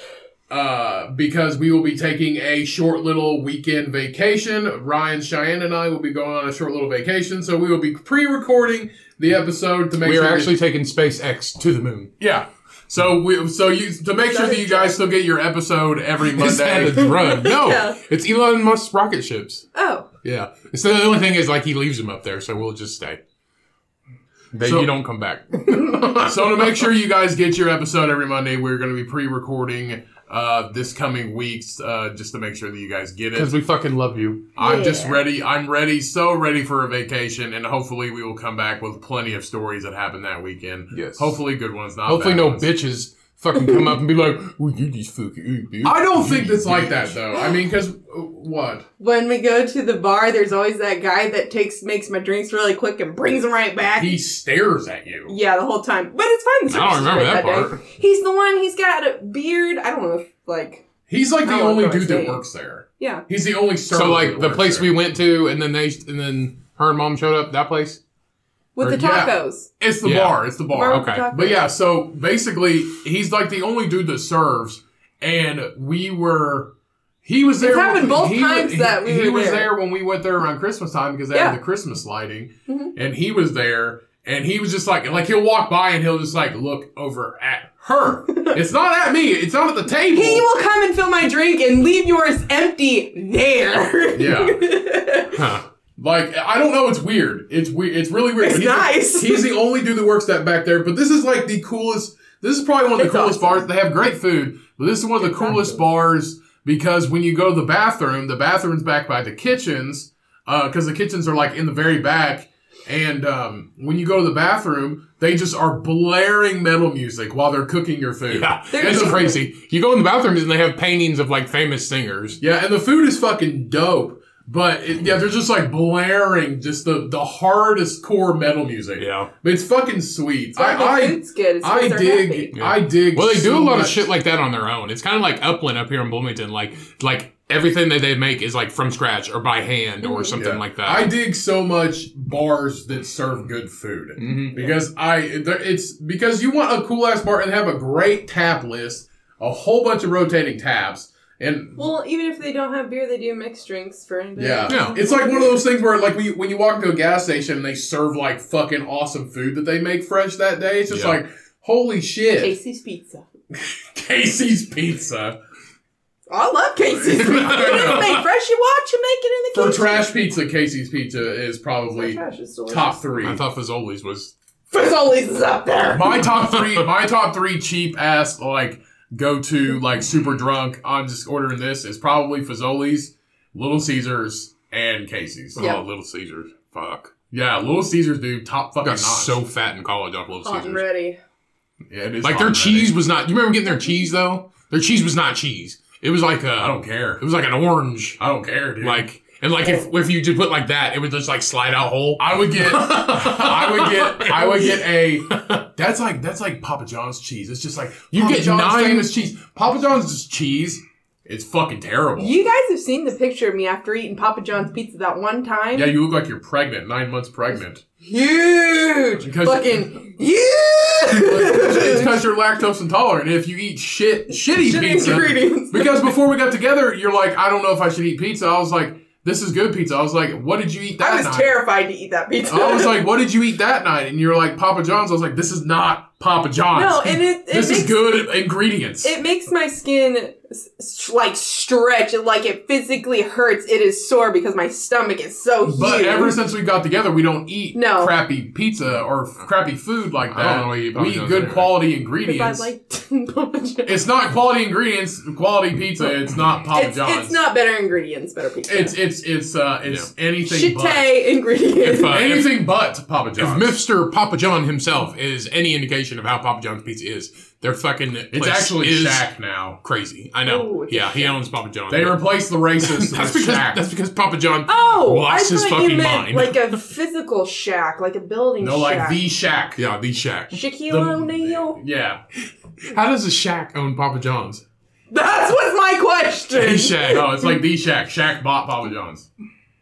uh, because we will be taking a short little weekend vacation. Ryan Cheyenne and I will be going on a short little vacation, so we will be pre-recording the episode to make
We
sure
are
that-
actually taking SpaceX to the moon.
yeah. So we so you to make sure that you guys still get your episode every
Is that a
Monday.
drug? No,
Yeah.
it's Elon Musk's rocket ships.
Oh,
Yeah. So the only thing is, like, he leaves them up there, so we'll just stay. They,
So-
you don't come back.
<laughs> so to make sure you guys get your episode every Monday, we're going to be pre-recording uh, this coming weeks uh, just to make sure that you guys get it.
Because we fucking love you.
I'm just
Yeah.
ready. I'm ready, so ready for a vacation, and hopefully we will come back with plenty of stories that happened that weekend.
Yes.
Hopefully good ones, not
Hopefully,
bad
no
ones.
bitches fucking come up and be like, "Well, you just fucking." bitch."
I don't think it's like that though. I mean,
uh,
because what?
when we go to the bar, there's always that guy that takes makes my drinks really quick and brings them right back.
He stares at you.
yeah, the whole time. But it's fun. It's
I don't remember
great
that
day.
part.
He's the one. He's got a beard. I don't know if like
He's like the
Oh,
only
of course,
dude that
yeah.
works there.
yeah.
He's the only server.
So,
that
like, the
works
place
there.
we went to, and then they, and then her and mom showed up. That place.
With the
Or- yeah.
tacos.
It's the
Yeah.
bar. It's the bar.
Bar with the
okay.
tacos.
But yeah, so basically, he's like the only dude that serves, and we were. He was there.
happened both times
he,
that we
he
were
was
there.
there when we went there around Christmas time because they
Yeah.
had the Christmas lighting,
Mhm.
and he was there, and he was just like, like he'll walk by and he'll just like look over at
<laughs>
her. it's not at me. It's not at the table.
He will come and fill my drink and leave yours empty there. <laughs> Yeah.
Huh.
Like I don't know, it's weird. It's weird. It's really weird.
It's
But he's
nice.
The, <laughs> he's the only dude that works that back there. But this is like the coolest. This is probably one of the
It's
coolest
awesome.
bars. They have great food, but this is one of the coolest bars because when you go to the bathroom, the bathroom's back by the kitchens because the kitchens are like in the very back. And um, when you go to the bathroom, they just are blaring metal music while they're cooking your food.
Yeah,
There
it's
is-
crazy. You go in the bathrooms and they have paintings of like famous singers.
Yeah, and the food is fucking dope. But it, yeah, they're just like blaring just the, the hardest core metal music.
Yeah.
But it's fucking sweet.
I,
I
it's good. It's
I, I
because they're
dig
happy.
Yeah.
I dig.
Well, they do
so
a lot
much.
of shit like that on their own. It's kind of like Upland up here in Bloomington. Like, like everything that they make is like from scratch or by hand or something
Mm-hmm. Yeah.
like that.
I dig so much bars that serve good food
Mhm.
because I there- it's because you want a cool ass bar and have a great tap list, a whole bunch of rotating tabs, and
Well, even if they don't have beer, they do mixed drinks for anybody.
Yeah.
Yeah.
It's like one of those things where like when you, when you walk into a gas station and they serve like fucking awesome food that they make fresh that day, it's just
Yeah.
like holy shit.
<laughs> Casey's Pizza.
Casey's Pizza.
I
<laughs>
love Casey's Pizza. It is made fresh. You watch you make it in the
For
kitchen.
trash pizza, Casey's Pizza is probably
trash is delicious.
top 3.
I thought Fazoli's was
Fazoli's is up there.
my top 3, my top 3 cheap ass like go to like super drunk I'm just ordering this is probably Fazoli's, Little Caesars, and Casey's.
Yeah.
oh, Little Caesars. Fuck,
Yeah, Little Caesars dude, top
I
fucking Oh,
got
notch.
so fat in college off Little
Hot and
Caesars.
ready.
yeah, it is
like their
hot and ready.
cheese was not. You remember getting their cheese though? Their cheese was not cheese. It was like a.
I don't care.
It was like an orange.
I don't care, dude.
Like and like if if you just put like that, it would just like slide out whole.
I would get, I would get, I would get a.
<laughs>
That's like that's like Papa John's cheese. It's just like
You
Papa
get
John's
nine-
famous cheese. Papa John's is cheese. It's fucking terrible.
You guys have seen the picture of me after eating Papa John's pizza that one time.
yeah, you look like you're pregnant, nine months pregnant.
Huge.
Because-
Fucking huge.
it's because you're lactose intolerant. If you eat shit, <laughs> shitty
Shitty
pizza.
ingredients.
Because before we got together, you're like, I don't know if I should eat pizza. I was like, this is good pizza. I was like, what did you eat that
I was
night?
terrified to eat that pizza.
I was like, what did you eat that night? And you were like, Papa John's. I was like, this is not Papa John's.
no, and it, it
this
makes,
is good ingredients.
It makes my skin s- s- like stretch and like it physically hurts. It is sore because my stomach is so huge.
but ever since we got together, we don't eat
No.
crappy pizza or f- crappy food like
I
that.
don't really eat Papa
we eat
John's
good
anyway.
quality
Because I
ingredients.
<laughs> like Papa John's.
it's not quality ingredients, quality pizza. It's not Papa
it's,
John's.
it's not better ingredients, better pizza.
It's it's it's uh it's anything but
Shite ingredients.
If, uh,
anything but Papa
If
John's.
Mr. Papa John himself is any indication of how Papa John's pizza is, their fucking
it's
place
actually
is
Shaq now.
crazy. I know.
Oh, it's
yeah, he owns Papa John.
They
But
replaced the racist
<laughs> that's
with
because
Shaq.
that's because Papa John
oh,
lost
I
his
thought
fucking
you meant
mind.
like a physical shack, like a building
no, like
shack.
the Shaq.
yeah, the Shaq.
Shaquille
The-
O'Neal.
Yeah.
How does a Shaq own
<laughs>
Papa John's?
That's what's my
The
question.
Shaq.
No, it's like the Shaq. Shaq bought Papa John's.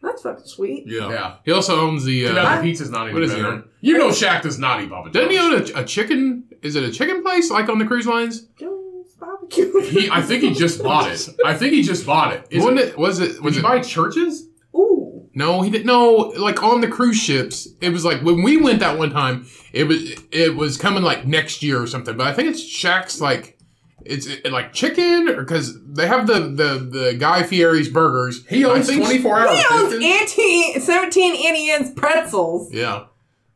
That's fucking sweet.
Yeah.
Yeah.
He also owns the.
Too bad the
Uh,
pizza's not even
What is he
better.
on?
You know Shaq does not eat Papa John's.
doesn't he own a, a chicken? Is it a chicken place like on the cruise lines?
Jones barbecue.
He- I think he just bought it. I think he just bought it. Is
Wasn't
it,
it? Was it?
did
Was
he
it?
buy churches?
<laughs> Ooh.
No, he didn't. No, like on the cruise ships, it was like when we went that one time. It was it was coming like next year or something. But I think it's Shaq's like it's it, like chicken or because they have the the the Guy Fieri's burgers.
He owns
I think-
24 hours.
He owns
Fifty-
anti 17 Annie Ann's pretzels.
Yeah,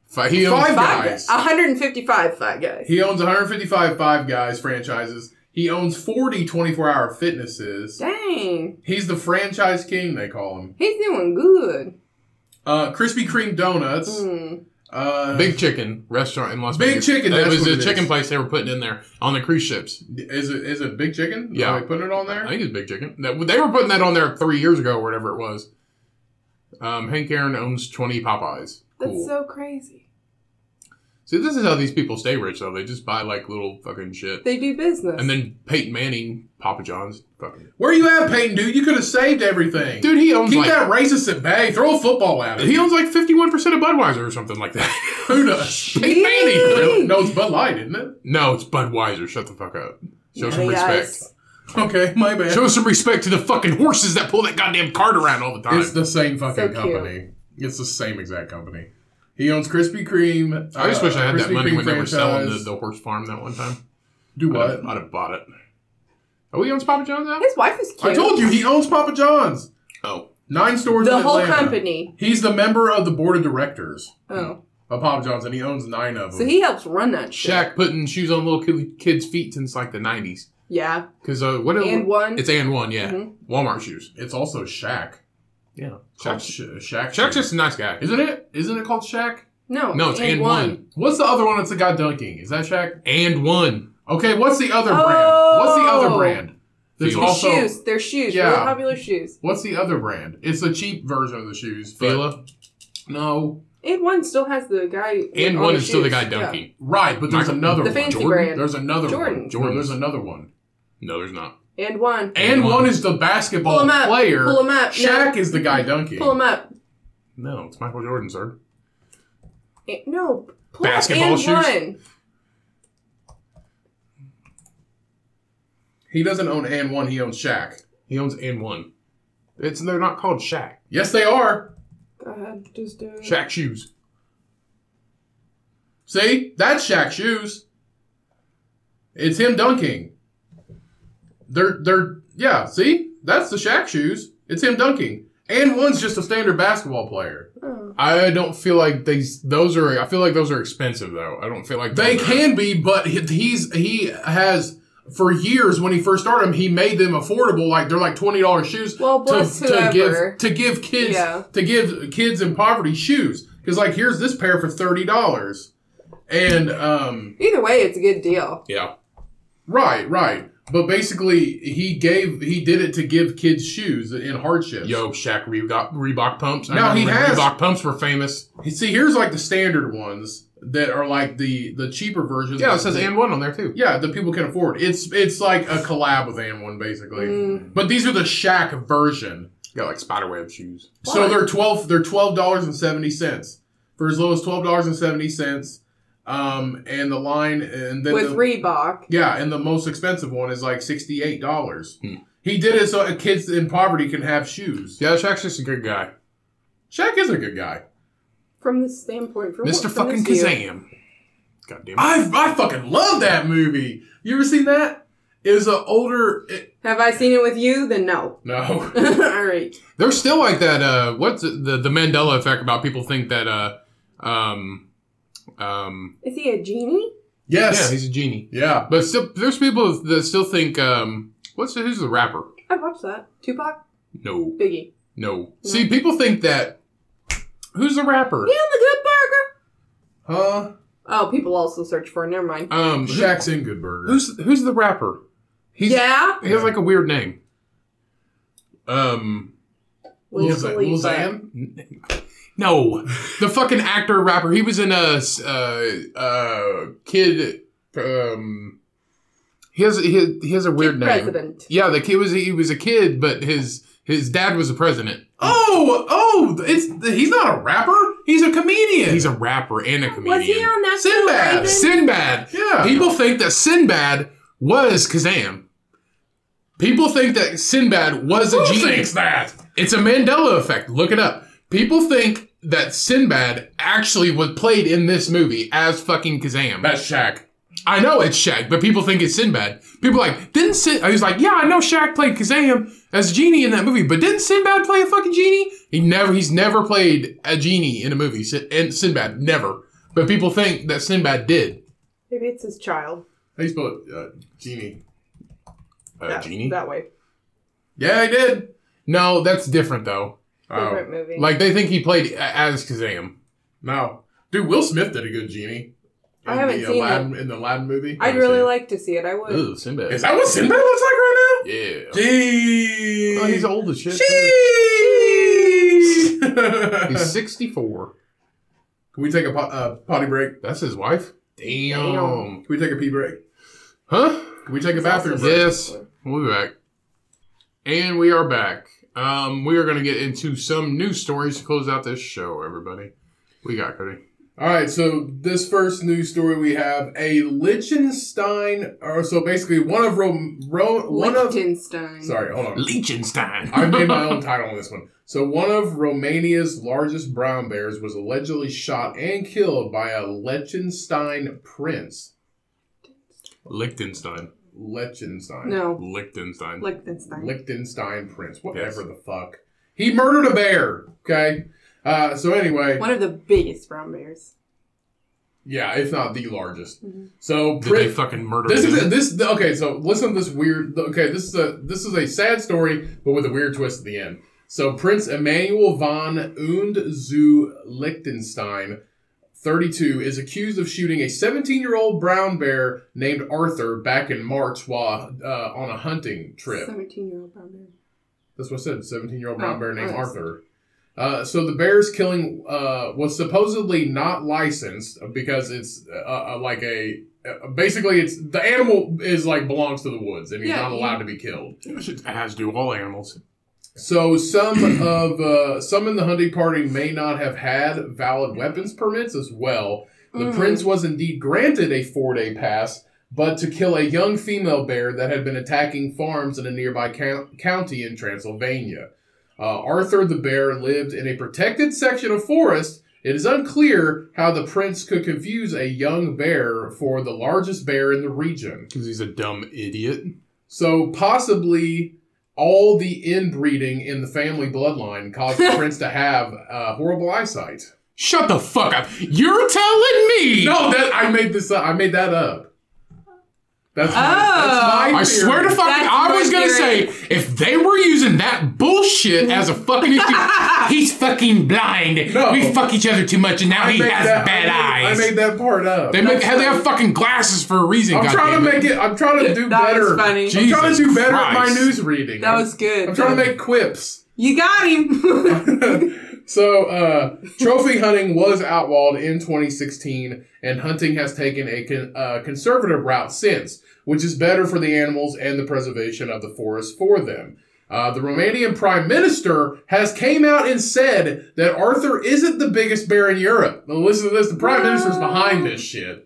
Fi- he owns
Five
Five
Guys.
guys. 155 Five Guys.
He owns 155 Five Guys franchises. He owns 40 24 hour fitnesses.
Dang.
He's the franchise king, they call him.
He's doing good.
Uh, Krispy Kreme Donuts.
Mm.
Uh,
Big Chicken restaurant in Las
Big
Vegas.
Chicken,
It
that's
was
what
a
it
chicken
is.
place they were putting in there on the cruise ships.
Is it is it Big Chicken?
Yeah.
Are they putting it on there?
I think it's Big Chicken. That- They were putting that on there three years ago or whatever it was. Um, Hank Aaron owns twenty Popeyes.
That's so crazy.
See, this is how these people stay rich, though. They just buy like little fucking shit.
They do business.
And then Peyton Manning, Papa John's, fucking
Where you at, Peyton, dude? You could have saved everything.
dude. He owns
Keep
like
that racist at bay. Throw a football at him.
he owns like fifty one percent of Budweiser or something like that. <laughs>
Who knows?
Peyton Manning.
no, it's Bud Light, isn't it?
No, it's Budweiser. Shut the fuck up. Show some
Hey,
respect.
guys.
Okay, my bad.
Show some respect to the fucking horses that pull that goddamn cart around all the time.
It's the same
So
fucking
cute.
company. It's the same exact company. He owns Krispy Kreme.
I just
uh,
wish I had that
Krispy
money
Kreme
when they were selling the,
franchise.
the horse farm that one time.
Do
I'd
what?
have, I'd have bought it. Are we on Papa John's now?
His wife is cute.
I told you he owns Papa John's.
Oh,
Nine stores.
the
in
whole
Atlanta.
company.
He's the member of the board of directors
Oh,
of Papa John's, and he owns nine of them.
so he helps run that shit.
Oh. Shaq putting shoes on little kid, kids' feet since like the nineties.
Yeah,
Because uh, what
and one.
It's and one, yeah.
Mhm.
Walmart shoes.
it's also Shaq.
Yeah.
Called
Shaq's,
Sh- Shaq.
Shaq's just a nice guy.
Isn't it? Isn't it called Shaq?
no,
No, it's and one.
What's the other one that's the guy dunking? Is that Shaq?
And one.
Okay, what's the other
Oh.
brand? What's the other brand? There's
Fila.
also
shoes. They're shoes.
Yeah.
Really popular shoes.
what's the other brand? It's a cheap version of the shoes. but-
Fila.
No.
And one still has the guy.
And
on
one
the
is still the
shoes.
guy dunking.
Right, but there's
Michael-
another
The
one.
fancy
Jordan?
brand.
There's another one.
Jordan.
Jordan. There's another one.
No, there's not.
Yeah. And one.
And
One.
one is the basketball
Pull 'em up.
player.
Pull him up.
Shaq
No.
is the guy dunking.
Pull him up.
No, it's Michael Jordan, sir.
And- No. Pull up
Basketball
and
shoes?
One.
He doesn't own and one, he owns Shaq.
He owns and one. It's they're not called Shaq.
Yes, they are.
God, just do it.
Shaq shoes.
See? That's Shaq shoes. It's him dunking. They're they're yeah, see? That's the Shaq shoes. It's him dunking. And one's just a standard basketball player.
Oh.
I don't feel like they those are. I feel like those are expensive though. I don't feel like
They
those are-
can be, but he- he's he has for years when he first started them, he made them affordable. Like they're like twenty dollars shoes.
Well, bless whoever.
give to give kids
Yeah.
to give kids in poverty shoes because like here's this pair for thirty dollars, and um
Either way, it's a good deal.
Yeah.
right right. But basically, he gave he did it to give kids shoes in hardships.
Yo, Shaq Reebok, Reebok pumps. I
No, he
remember
has-
Reebok pumps were famous.
See, here's like the standard ones that are like the the cheaper versions.
Yeah, it says
They-
and one on there too.
Yeah, that people can afford. It's it's like a collab with and one basically.
Mm.
But these are the Shaq version.
Got like spiderweb shoes.
So
Why?
they're twelve they're twelve dollars and seventy cents. For as low as twelve dollars and seventy cents. Um and the line and then
With
the,
Reebok.
Yeah, and the most expensive one is like sixty eight dollars.
Hmm.
He did it so kids in poverty can have shoes.
Yeah, Shaq's just a good guy.
Shaq is a good guy.
From this standpoint, from
Mr.
what- from
Fucking
this view.
Kazam. God damn it.
I I fucking love that movie. You ever seen that? It was an older. It,
Have I seen it with you? Then no. <laughs>
no.
All right.
They're still like that. Uh, what's the, the the Mandela effect about people think that uh, um, um,
Is he a genie?
<laughs> yeah,
Yes.
he's a genie,
Yeah.
but still there's people that still think um, what's the, who's the rapper?
I watched that. Tupac,
No,
Biggie.
no.
No.
See, people think that who's the rapper?
Yeah, the Good Burger.
Huh?
Oh, people also search for. it. Never mind.
Um, who-
Shaq's in Good Burger.
who's who's the rapper? He's,
yeah.
he has like a weird name. Um,
Wiz
Lil Xan-
Khalifa.
Lil Xan?
no, the fucking actor rapper. He was in a uh, uh, kid. Um, he has he has, he has a weird name.
President.
Yeah, the kid was he was a kid, but his his dad was the president.
Oh, oh! It's he's not a rapper. He's a comedian.
He's a rapper and a comedian.
Was he on that show,
Sinbad.
Raven?
Sinbad.
yeah.
People think that Sinbad was Kazam. People think that Sinbad was a
Who
genius.
thinks that?
It's a Mandela effect. Look it up. People think that Sinbad actually was played in this movie as fucking Kazam.
That's Shaq.
I know it's Shaq, but people think it's Sinbad. People are like, didn't Sin? I was like, yeah, I know Shaq played Kazam as genie in that movie, but didn't Sinbad play a fucking genie? He never, he's never played a genie in a movie. Sin- and Sinbad never. But people think that Sinbad did.
Maybe it's his child.
How you spell it? Uh, genie. Uh,
A
that, That way.
Yeah, he did.
No, that's different though.
Oh
Different movie.
Like they think he played a- as Kazam.
no, dude. Will Smith did a good genie.
I haven't
the uh,
seen
Aladdin, in the Aladdin movie.
I'd really like to see it. I would.
Ooh, Sinbad.
Is that what Sinbad looks like right now?
yeah.
Gee.
Oh, he's old as shit. too.
Gee.
He's 64.
Can we take a po- uh, potty break?
That's his wife. Damn.
Can we take a pee break?
Huh?
Can we take a bathroom break?
Yes. We'll be back. And we are back. Um, we are going to get into some news stories to close out this show, everybody. We got Cody.
All right, so this first news story we have a Liechtenstein, or so basically one of Rome, Ro one of
Liechtenstein.
sorry, hold on,
Liechtenstein.
I
<laughs>
made my own title on this one. So one of Romania's largest brown bears was allegedly shot and killed by a Liechtenstein prince.
Liechtenstein.
Liechtenstein,
No.
Liechtenstein.
Liechtenstein.
Liechtenstein prince, whatever
Yes.
the fuck. He murdered a bear. Okay, uh, so anyway,
One of the biggest brown bears.
yeah, if not the largest.
Mhm.
So
Did they
prin-
fucking murder
This is
him?
a, this okay. So listen to this weird. Okay, this is a this is a sad story, but with a weird twist at the end. So Prince Emanuel von und zu Liechtenstein, 32, is accused of shooting a 17-year-old brown bear named Arthur back in March while uh, on a hunting trip.
Seventeen-year-old brown bear.
That's what I said. 17 year old brown
Oh,
bear named
nice.
Arthur. Uh, so the bear's killing uh, was supposedly not licensed because it's uh, uh, like a uh, basically it's the animal is like belongs to the woods and he's
Yeah,
not
you-
allowed to be killed.
As do all animals.
So some of uh, some in the hunting party may not have had valid weapons permits as well. The
Mm.
prince was indeed granted a four day pass, but to kill a young female bear that had been attacking farms in a nearby count- county in Transylvania. Uh, Arthur the bear lived in a protected section of forest. It is unclear how the prince could confuse a young bear for the largest bear in the region.
Because he's a dumb idiot.
So possibly all the inbreeding in the family bloodline caused the prince to have uh, horrible eyesight.
Shut the fuck up. You're telling me.
No, that I made this up. I made that up. That's my,
Oh.
that's my theory.
I swear to fucking,
That's
I
my
was gonna
theory.
say if they were using that bullshit as a fucking
<laughs>
excuse, he's fucking blind.
No.
We fuck each other too much, and now
I
he
made
has
that-
bad
I made-
eyes.
I made that part up.
they make, hell, they have fucking glasses for a reason.
I'm
God
trying to
damn it.
make it. I'm trying to do
That
better.
was funny.
I'm trying to
Jesus
do better at my
Christ.
news reading.
That
I'm-
was good.
I'm trying to make quips.
You got him.
<laughs>
<laughs>
so uh, trophy hunting was outlawed in 2016 and hunting has taken a con- uh, conservative route since which is better for the animals and the preservation of the forest for them uh, the romanian prime minister has came out and said that arthur isn't the biggest bear in europe now listen to this the prime minister's behind this shit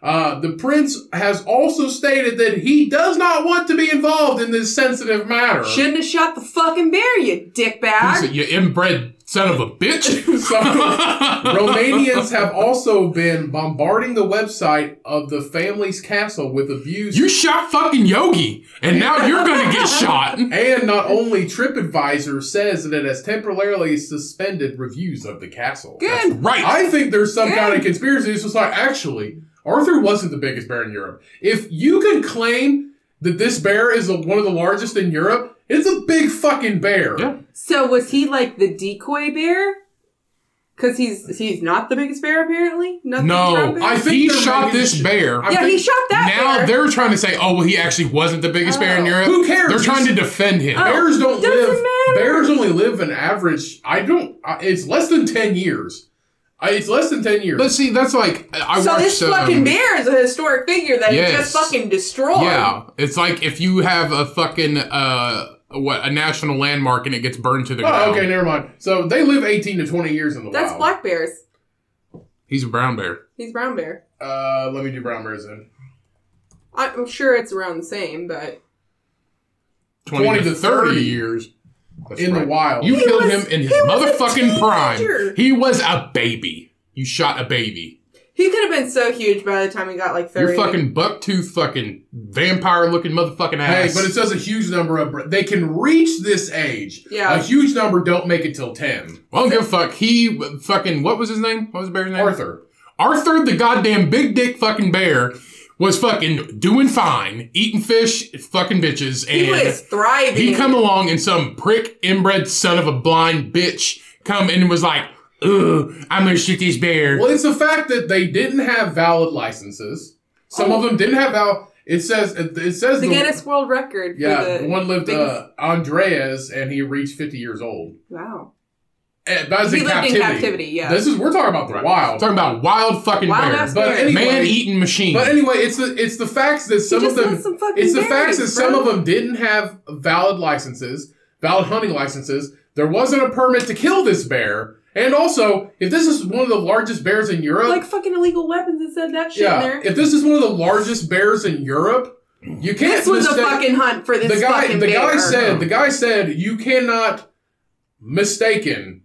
Uh, the prince has also stated that he does not want to be involved in this sensitive matter.
Shouldn't have shot the fucking bear, you
He said,
dickbag.
you inbred son of a
<laughs>
bitch.
So,
<laughs>
Romanians have also been bombarding the website of the family's castle with abuse.
You shot fucking Yogi, and now you're
<laughs>
gonna get shot.
and not only TripAdvisor says that it has temporarily suspended reviews of the castle.
Good.
Right.
I think there's some kind
Yeah.
of conspiracy. It's just like, actually, Arthur wasn't the biggest bear in Europe. If you can claim that this bear is the- one of the largest in Europe, it's a big fucking bear.
Yeah.
So was he like the decoy bear? Because he's he's not the biggest bear apparently. Not the
No,
Trump bear?
I
think
he
they're
shot
making
this
shit-
bear.
I
yeah,
think
he shot that
now
bear.
they're trying to say, oh, well, he actually wasn't the biggest bear in
Oh.
Europe.
Who cares?
They're trying to defend him.
Oh.
Bears don't live.
Doesn't matter.
Bears only live an average. I don't. I, it's less than ten years. I, it's less than ten years.
But see, that's like I I
so
watched.
this
um,
fucking bear is a historic figure that he
yes.
just fucking destroyed.
Yeah, it's like if you have a fucking uh, what a national landmark and it gets burned to the
oh,
ground.
okay, never mind. So they live eighteen to twenty years in the
That's
wild.
black bears.
He's a brown bear.
He's brown bear.
Uh, let me do brown bears then.
I'm sure it's around the same, but
Twenty, to thirty years. That's
in the
right.
wild.
You
He
killed
was-
him in his
he was a
motherfucking prime.
teenager.
He was a baby. You shot a baby.
he could have been so huge by the time he got like
Your
thirty.
fucking buck tooth, fucking vampire looking motherfucking
Hey,
ass.
but it says a huge number of br- they can reach this age.
Yeah.
a huge number don't make it till ten.
I don't give a fuck. He fucking what was his name? What was the bear's name?
Arthur,
Arthur the goddamn big dick fucking bear was fucking doing fine, eating fish, fucking bitches,
he was
and
thriving.
he come along and some prick inbred son of a blind bitch come in and was like, "Ugh, I'm gonna shoot this bear."
well, it's the fact that they didn't have valid licenses. Some of them didn't have valid. It says it, it says
the
the-
Guinness World Record. for
Yeah,
the,
the one lived
biggest-
uh, Andreas, and he reached fifty years old.
wow.
And that was
He
in
lived
captivity.
in captivity. Yeah.
This is we're talking about the
Right.
wild.
Talking about wild fucking
Wild
bear,
ass
But
bear.
any-
man eating machine.
But anyway, it's the it's the facts that some of
just
them
wants some fucking
it's the facts
berries,
that some
bro.
of them didn't have valid licenses, valid hunting licenses. There wasn't a permit to kill this bear, and also if this is one of the largest bears in Europe,
like fucking illegal weapons and said that shit in
yeah,
there.
if this is one of the largest bears in Europe, you can't.
this was a
mistake-
fucking hunt for this
the guy
fucking
the guy
bear.
said the guy said you cannot mistaken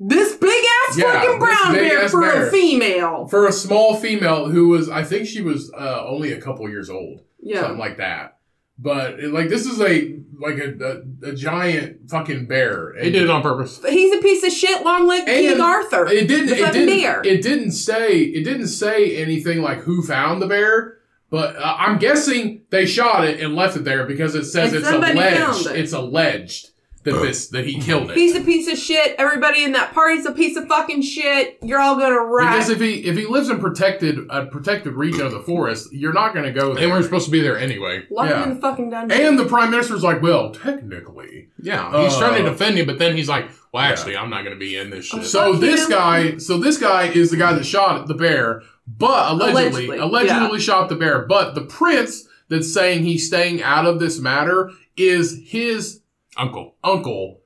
this big ass
Yeah,
fucking
this
brown
big
bear
ass
for
bear.
a female.
for a small female who was I think she was uh, only a couple years old,
Yeah.
something like that. But it- like this is a like a, a, a giant fucking bear.
he did it on purpose.
But he's a piece of shit, long legged
And
King Arthur.
It didn't.
The
It
fucking
didn't,
bear.
it didn't say. It didn't say anything like who found the bear. But uh, I'm guessing they shot it and left it there because it says
And
it's
somebody
alleged.
found it.
It's alleged that this that he killed it.
he's a piece of shit. Everybody in that party's a piece of fucking shit. You're all gonna
Because
rat.
if he if he lives in protected a protected region of the forest, you're not going to go
They weren't
there.
supposed to be there anyway.
Lock
yeah.
him in the fucking dungeon.
And the prime minister's like, well, technically.
Yeah, he's trying to
Uh,
defend him, but then he's like, "Well, actually, I'm not going to be in this shit."
So
Fuck
this
him.
guy, so this guy is the guy that shot the bear, but allegedly, allegedly,
Allegedly, yeah.
shot the bear. But the prince that's saying he's staying out of this matter is his
Uncle,
uncle.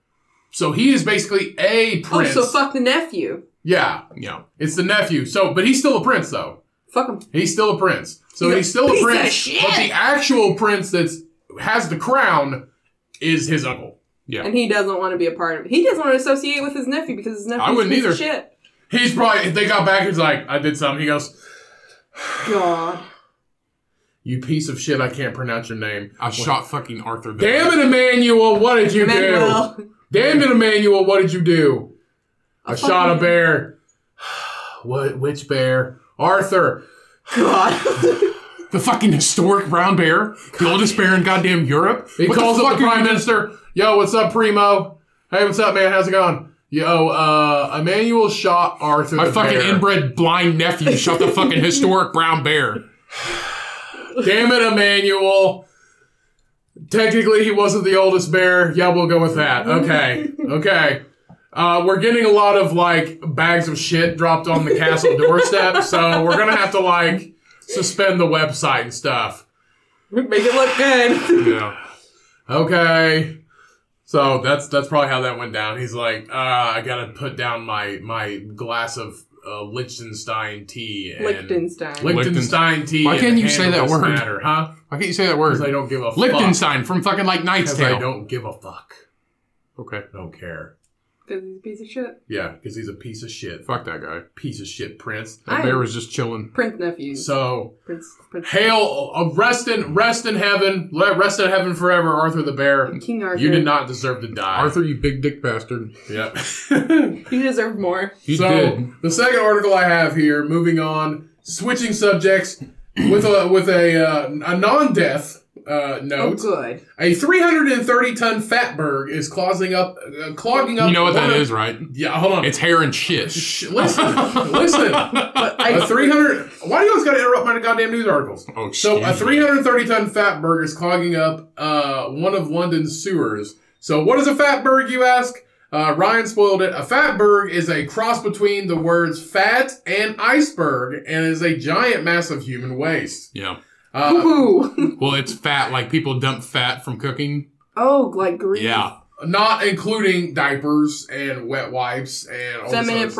So he is basically a
oh,
prince.
so fuck the nephew.
yeah,
yeah,
it's the nephew. So, but he's still a prince though.
Fuck him.
He's still a prince. So
You
he's still
piece
a
of
prince.
shit.
But the actual prince that's has the crown is his uncle.
yeah.
And he doesn't want to be a part of it. He doesn't want to associate with his nephew because his nephew's
wouldn't
a piece of
either.
shit.
He's probably if they got back, he's like, I did something. He goes,
God.
You piece of shit, I can't pronounce your name.
I shot fucking Arthur. the
Damn it, Emmanuel, what did you
Manuel.
do? Damn it, Emmanuel, what did you do? I
fucking-
shot a bear. <sighs> what which bear? Arthur.
God.
The fucking historic brown bear, the oldest bear in goddamn Europe.
He
What
calls
the
up
fuck
the
are you
prime
doing?
minister. Yo, what's up, primo? Hey, what's up, man? How's it going? Yo, uh, Emmanuel shot Arthur.
My
the
fucking
bear.
inbred blind nephew shot the <laughs> fucking historic brown bear.
Damn it, Emmanuel. Technically, he wasn't the oldest bear. Yeah, we'll go with that. Okay. Okay. Uh, we're getting a lot of like bags of shit dropped on the castle doorstep, so we're gonna have to like suspend the website and stuff.
<laughs> Make it look good.
Yeah.
Okay. So that's that's probably how that went down. He's like, uh, I gotta put down my my glass of uh, Liechtenstein tea and
Liechtenstein.
Liechtenstein tea.
Why
and
can't you say that
handleless
word?
Matter, huh?
Why can't you say that
Because I
word?
don't give a fuck.
Liechtenstein from fucking like Knight's
Because I
Tale.
don't give a fuck.
Okay,
I don't care.
Because he's a piece of shit.
Yeah, because he's a piece of shit.
fuck that guy.
Piece of shit prince.
That
I-
bear was just chilling.
Prince nephews.
So
Prince, Prince.
hail, uh, rest in rest in heaven, Let- rest in heaven forever, Arthur the Bear.
King Arthur.
You did not deserve to die.
Arthur, you big dick bastard.
Yep. <laughs>
You deserve more.
You
so
did.
the second article I have here, moving on, switching subjects with a with a uh, a non-death uh,
Oh,
note.
good.
A 330 ton fatberg is clogging up, uh, clogging up.
You know what that
one of-
is, right?
Yeah, hold on.
It's hair and shit.
Shh, listen, listen. a 300. Why do you always got to interrupt my goddamn news articles?
Oh,
So a
excuse me.
330 ton fatberg is clogging up uh, one of London's sewers. So what is a fatberg, you ask? Uh, Ryan spoiled it. A fatberg is a cross between the words fat and iceberg, and is a giant mass of human waste.
<laughs> Yeah.
Uh,
<laughs> Ooh.
Well, it's fat. Like people dump fat from cooking.
oh, like green.
Yeah.
not including diapers and wet wipes and all this other
Feminine
stuff.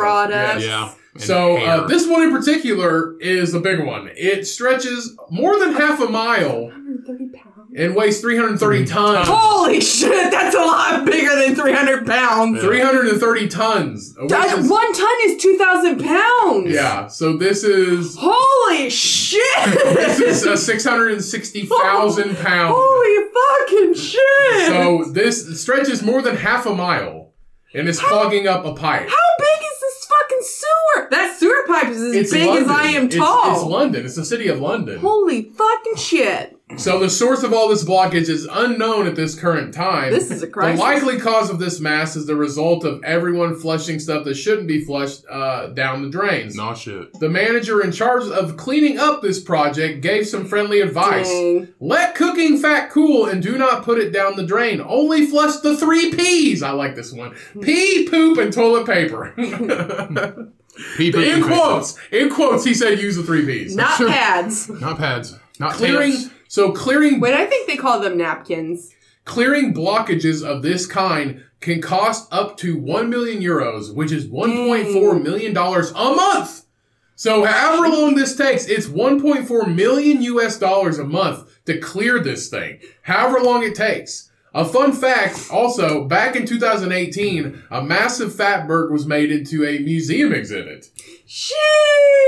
Yes.
products.
Yeah. And
So uh,
hair.
this one in particular is a big one. It stretches more than half a mile
130 pounds.
and weighs 330
Mm-hmm.
tons.
Holy shit, that's a lot bigger than 300 pounds.
330 tons. which
That-
is-
one ton is 2,000 pounds.
yeah. So this is
Holy shit.
<laughs> this is a 660,000 pound.
Holy fucking shit.
So this stretches more than half a mile and is clogging up a pipe.
How big is this fucking sewer? That sewer pipe is as big as I am
It's-
tall.
It's, London. It's the city of London.
Holy fucking shit.
So the source of all this blockage is unknown at this current time.
This is a crisis.
The likely cause of this mass is the result of everyone flushing stuff that shouldn't be flushed uh, down the drains.
no shit.
The manager in charge of cleaning up this project gave some friendly advice.
Dang.
Let cooking fat cool and do not put it down the drain. Only flush the three P's. I like this one.
Hmm.
Pee, poop, and toilet paper. <laughs>
People
in quotes. In quotes, he said use the three P's.
Not
Sure.
pads.
Not pads. Not
clearing
Tails.
so clearing
Wait, I think they call them napkins.
Clearing blockages of this kind can cost up to 1 million euros, which is
Mm.
$1.4 million dollars a month. So, however long this takes, it's 1.4 million US dollars a month to clear this thing, however long it takes. A fun fact also, back in 2018, a massive fatberg was made into a museum exhibit.
Shit.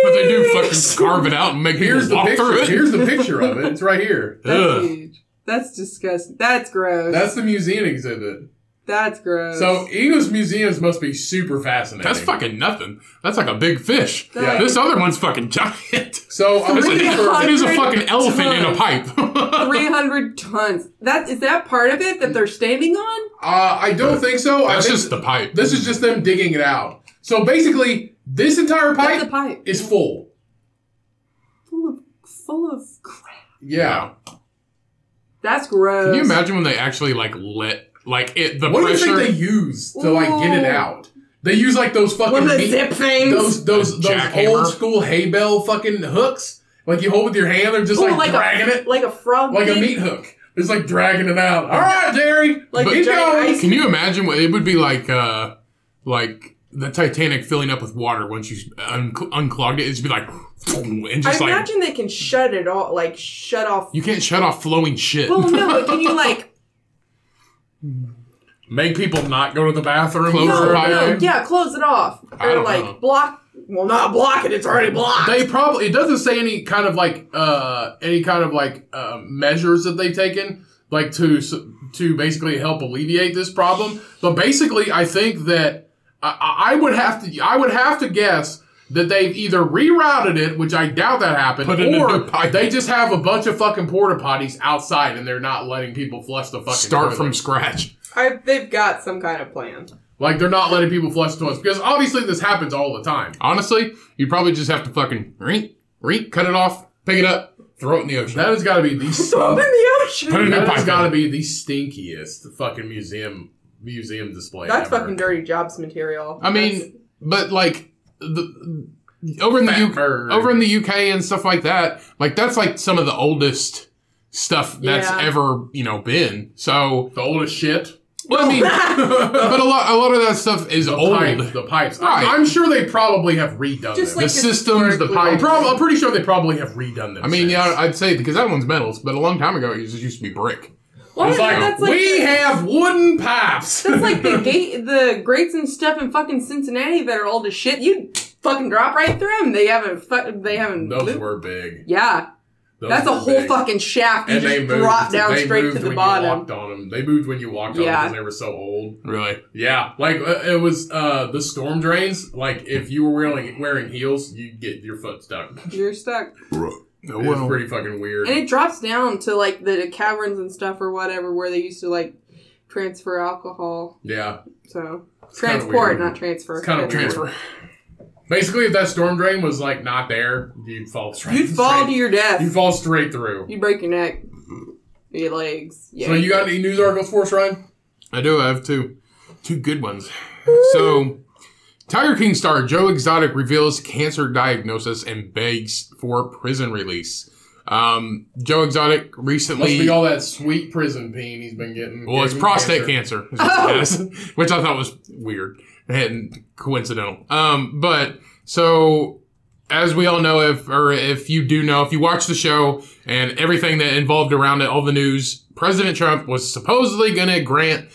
But they do
<laughs>
fucking carve it out and make
Here's
people
the
walk through
picture.
it. <laughs>
Here's the picture of it. It's right here.
Ugh.
That's huge. That's disgusting. That's gross.
That's the museum exhibit.
That's gross.
So English museums must be super fascinating.
That's fucking nothing. That's like a big fish.
Yeah.
This other one's fucking giant.
So I'm
It's a-
looking for.
it is a fucking elephant in a pipe. <laughs>
300 tons. That is that part of it that they're standing on?
Uh, I don't think so. I
That's
think
just the pipe.
this is just them digging it out. So basically, this entire
That's a
pipe
pipe
is full.
full of full of crap.
Yeah.
That's gross.
Can you imagine when they actually like let like it the
What do you
pressure
think they use to like get it
Ooh.
out? They use like those
One
fucking
of the
meat-
zip things.
those those those
Jackhammer?
old school hay bale fucking hooks. Like you hold with your hand, they're just
Ooh,
like, dragging
a,
it
Like a frog.
like a
beak.
meat hook. It's like dragging it out. All right, Jerry.
Like
keep
a giant
going.
ice
Can you imagine what it would be like? Uh, like the Titanic filling up with water once you un- unclogged it, it'd just be like, and
I
just like
imagine they can shut it all like shut off
you can't shut off flowing shit.
Well no, but can you
<laughs>
like
Make people not go to the bathroom.
Close
or-
no,
fire?
no, yeah, close it off.
I
Or
don't
like
know.
block well not block it, it's already blocked.
They probably it doesn't say any kind of like uh any kind of like uh, measures that they've taken like to s- to basically help alleviate this problem. But basically, I think that I- I, I would have to I would have to guess that they've either rerouted it, which I doubt that happened,
Put it in a new
or
pipe.
they just have a bunch of fucking porta potties outside and they're not letting people flush the fucking
Start
toilet.
from scratch.
I, they've got some kind of plan.
like they're not letting people flush toilets because obviously this happens all the time.
Honestly, you probably just have to fucking rink, rink, cut it off, pick it up, throw it in the ocean.
That has got to be
<laughs>
the
Throw them in the ocean.
Put it in a
That's
pipe.
got to be the stinkiest fucking museum museum display.
That's
ever.
fucking dirty jobs material.
I
That's-
mean, but like the over in the
Fat
U-
bird.
over in the UK and stuff like that, like that's like some of the oldest stuff that's
Yeah.
ever you know been. So
The oldest shit.
Well, I
<laughs>
mean, but a lot, a lot of that stuff is
The
old.
pipe- the pipes.
Right.
I, am sure they probably have redone them.
Just like
the
this
systems, the
historically-
I'm,
pipe.
prob- I'm pretty sure they probably have redone them.
I mean,
since.
yeah, I'd say because that one's metals, but a long time ago it just used to be brick.
Well,
It's like,
that's like
we
the,
have wooden pipes. <laughs>
that's like the gate, the grates and stuff in fucking Cincinnati that are old as shit. You fucking drop right through them. They haven't. Fu- they haven't.
Those
moved.
were big.
yeah,
Those
that's a
were
whole
big.
fucking shaft. You
And they
just
moved.
drop down
they
straight
moved
to the
when You
bottom.
walked on them. They moved when you walked on
Yeah.
them because they were so old.
Really?
Yeah, like uh, it was uh, the storm drains. Like if you were wearing wearing heels, you'd get your foot stuck.
You're stuck,
No,
It was pretty fucking weird.
and it drops down to like the caverns and stuff or whatever where they used to like transfer alcohol.
yeah,
So
kinda
transport,
weird.
not transfer.
it's kind of
Transport.
weird. Basically, if that storm drain was like not there, you'd fall straight.
You'd fall to your death.
You fall straight through.
You break your neck, your legs. Yeah.
So you got any news articles for us, Ryan?
I do. I have two, two good ones. So, Tiger King star Joe Exotic reveals cancer diagnosis and begs for prison release. Um, Joe Exotic
Must
recently.
be all that sweet prison peen he's been getting.
Well, it's
Getting
prostate cancer, is what it has, which I thought was weird and coincidental. Um, but so as we all know, if or if you do know, if you watch the show and everything that involved around it, all the news, President Trump was supposedly going to grant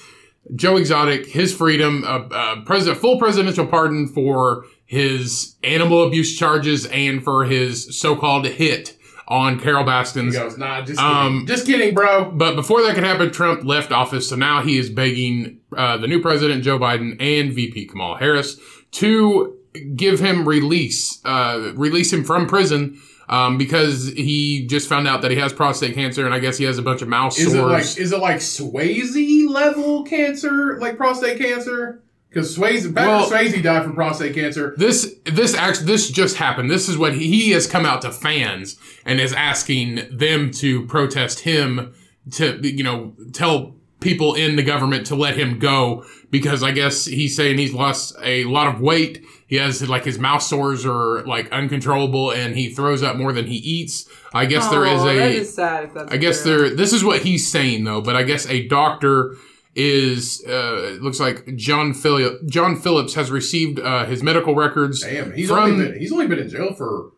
Joe Exotic his freedom, a uh, uh, president, full presidential pardon for his animal abuse charges and for his so-called hit on Carol
He
Baskin's
goes, nah, just kidding.
Um,
just kidding, bro.
but before that could happen, Trump left office, so now he is begging uh, the new president, Joe Biden, and VP Kamala Harris to give him release, uh, release him from prison um, because he just found out that he has prostate cancer, and I guess he has a bunch of mouth
Is
sores.
it like is it like Swayze level cancer, like prostate cancer? Because Swayze, Patrick
Well-
Swayze died from prostate cancer.
this this actually this just happened. This is what he, he has come out to fans and is asking them to protest him to you know tell people in the government to let him go because I guess he's saying he's lost a lot of weight. He has like his mouth sores are like uncontrollable and he throws up more than he eats. I guess there is
Aw,
a
That is sad. If that's
I guess
true.
there. This is what he's saying though, but I guess a doctor is. Uh, it looks like John Philip. John Phillips has received uh, his medical records.
Damn, he's
From-
only been, he's only been in jail for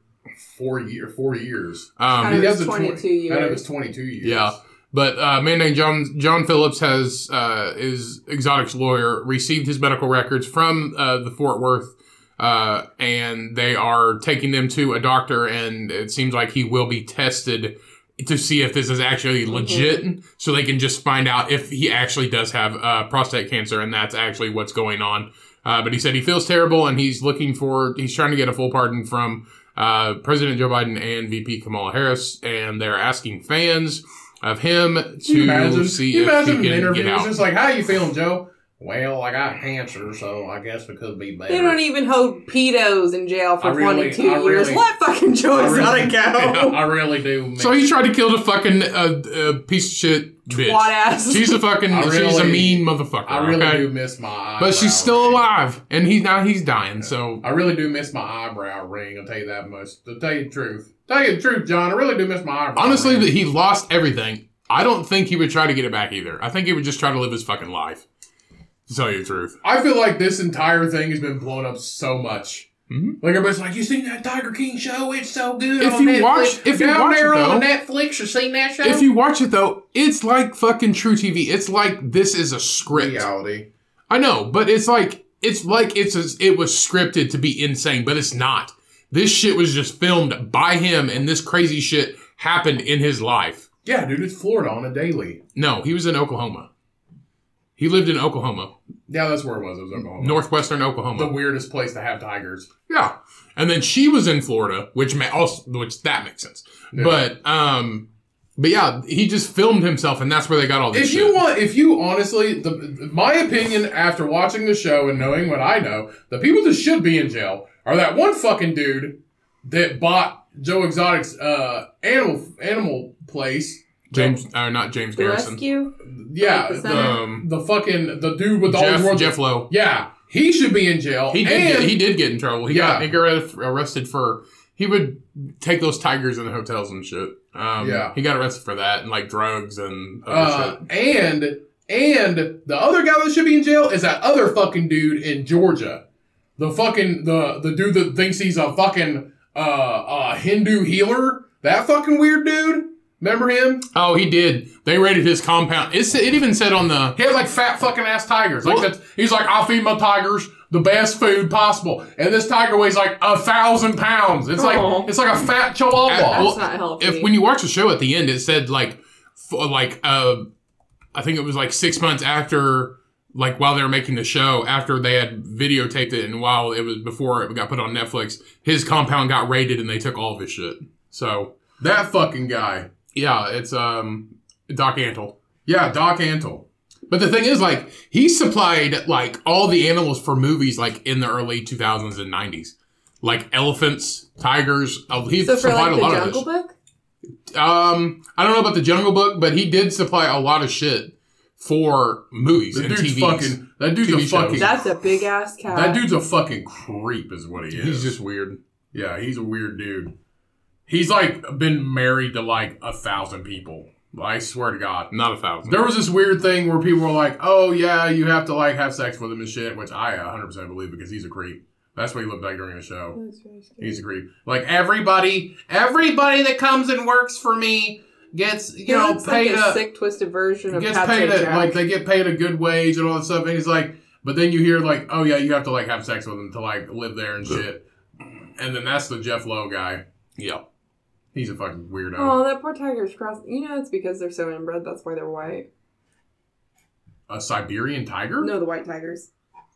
four year four years.
Out of
Um,
He
his
has a
22
20 Out of
years.
his twenty two years.
yeah, but uh, a man named John John Phillips has uh, is Exotic's lawyer received his medical records from uh, the Fort Worth. Uh, and they are taking them to a doctor, and it seems like he will be tested to see if this is actually legit so they can just find out if he actually does have uh, prostate cancer and that's actually what's going on uh, but he said he feels terrible and he's looking for he's trying to get a full pardon from uh, president joe biden and vp kamala harris and they're asking fans of him
Can you
to
imagine?
see
Can you
if
imagine
he
an
can
interview
get
it's
out
just like, "How you feeling, Joe?" Well, I got cancer, so I guess it could be better.
They don't even hold pedos in jail for
I really-
22
I
years.
really-
Let fucking Joe
I really-
<laughs>
Exotic
<laughs>
<laughs> go.
I really do. miss-
so he tried to kill the fucking uh, uh, piece of shit
Twat
bitch
ass.
she's a fucking
I
she's a
really-
mean motherfucker
I really
okay?
do miss my. eyebrow
but she's still
ring.
alive and he's now he's dying so
I really do miss my eyebrow ring. I'll tell you that much. To tell you the truth, tell you the truth, John. I really do miss my eyebrow.
Honestly,
ring.
that he lost everything. I don't think he would try to get it back either. I think he would just try to live his fucking life. To tell you the truth.
I feel like this entire thing has been blown up so much.
Mhm.
Like everybody's like, you seen that Tiger King show? It's so good.
If
on
you
Netflix.
watch- if you
down
watch
there
it,
on
though-
Netflix, you seen that show?
If you watch it though, it's like fucking true TV. It's like this is a script.
reality,
I know, but it's like it's like it's a, it was scripted to be insane, but it's not. This shit was just filmed by him, and this crazy shit happened in his life.
yeah, dude, it's Florida on a daily.
No, he was in Oklahoma. He lived in Oklahoma,
Yeah, that's where it was. It was Oklahoma.
northwestern
the
Oklahoma.
weirdest place to have tigers.
Yeah, and then she was in Florida, which may also which that makes sense.
Yeah.
But um, but yeah, he just filmed himself, and that's where they got all this.
If
shit.
you want, if you honestly, the, my opinion after watching the show and knowing what I know, the people that should be in jail are that one fucking dude that bought Joe Exotic's uh, animal animal place.
James or not James
the
Garrison,
rescue.
Yeah,
Like the
the,
center?
um,
the fucking the dude with all the
Jeff
world.
Jeff Lowe.
Yeah, he should be in jail.
He did
and
get, he did get in trouble. He got
Yeah.
he got arre- arrested for he would take those tigers in the hotels and shit. Um,
Yeah.
he got arrested for that and like drugs and other
uh, and And the other guy that should be in jail is that other fucking dude in Georgia. The fucking the the dude that thinks he's a fucking uh, uh Hindu healer. That fucking weird dude. Remember him?
Oh, he did. They raided his compound. It's, it even said on the
He had like fat fucking ass tigers. Like that, he's like, I feed my tigers the best food possible, and this tiger weighs like a thousand pounds. It's like
Aw.
it's like a fat
At-
chihuahua.
That's
well,
not healthy.
if when you watch the show at the end, it said like f- like uh, I think it was like six months after like while they were making the show after they had videotaped it and while it was before it got put on Netflix, his compound got raided and they took all of his shit. So
That fucking guy.
yeah, it's um Doc Antle.
Yeah, Doc Antle.
But the thing is, like, he supplied like all the animals for movies like in the early 2000s and 90s, like elephants, tigers. Uh, he
so for
supplied
like
a
the
lot of
Jungle
this.
Book,
Um, I don't know about the Jungle Book, but he did supply a lot of shit for movies
The
and
dude's
TVs.
fucking. That dude's
TV
a
shows.
fucking.
that's a big ass cat.
that dude's a fucking creep, is what he is.
He's just weird.
yeah, he's a weird dude. He's like been married to like a thousand people. I swear to God.
Not a thousand.
There was this weird thing where people were like, "Oh yeah, you have to like have sex with him and shit," which I 100 percent believe because he's a creep. That's what he looked like during the show.
That's very scary.
He's a creep. Like everybody, everybody that comes and works for me gets you
He
know
looks like
paid
a
a
sick, twisted version of
gets
Captain
paid a,
Jack.
like they get paid a good wage and all that stuff. And he's like, but then you hear like, "Oh yeah, you have to like have sex with him to like live there and shit." And then that's the Jeff Lowe guy.
Yeah.
He's a fucking weirdo.
oh, that poor tiger's cross. You know, it's because they're so inbred. That's why they're white.
A Siberian tiger.
No, the white tigers.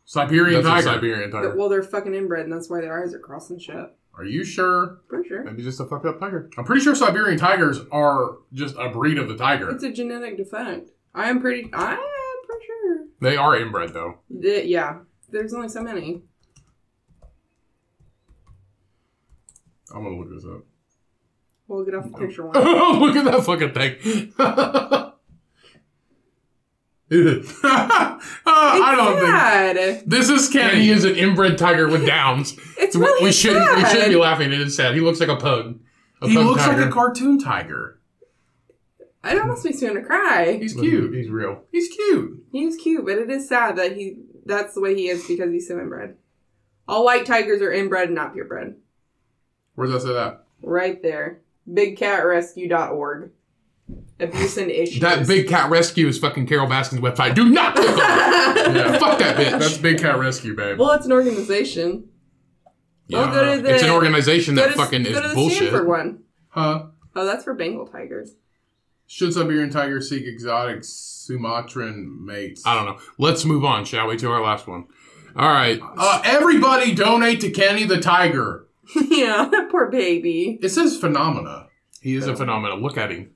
Siberian
That's a
tiger.
Siberian
But-
tiger.
well, they're fucking inbred, and that's why their eyes are crossing shit.
Are you sure?
Pretty sure.
Maybe just a fucked up tiger.
I'm pretty sure Siberian tigers are just a breed of the tiger.
It's a genetic defect. I am pretty. I am pretty sure.
They are inbred though.
Th- yeah, there's only so many.
I'm gonna look this <laughs> up.
We'll get off the picture one.
<laughs> Look at that
<laughs>
fucking thing. <laughs>
Uh, I don't think
sad.
this is
Kenny.
He is an inbred tiger with downs.
It's
We-
really
we should we
sad.
should be laughing. It is sad. He looks like a pug. A pug tiger.
cartoon tiger.
It almost makes me want to cry.
He's cute.
He's real.
He's cute.
He's cute, but it is sad that he that's the way he is because he's so inbred. All white tigers are inbred, not purebred.
Where does that say that?
Right there. BigCatRescue.org. Abuse and issues.
That
<laughs>
big cat rescue is fucking Carol Baskin's website. Do not click on it.
Yeah,
Fuck that bitch.
that's Big Cat Rescue, babe.
well, it's an organization.
Yeah.
Well, go to the-
it's an organization
Go
that
to-
fucking
go
is
to the
bullshit.
Stanford one.
Huh?
Oh, that's for Bengal tigers. <laughs>
Should Siberian tiger seek exotic Sumatran mates?
I don't know. Let's move on, shall we, to our last one. All right.
Uh, everybody donate to Kenny the tiger.
yeah, <laughs> that poor baby.
It says phenomena.
He is a phenomenon. Look at him.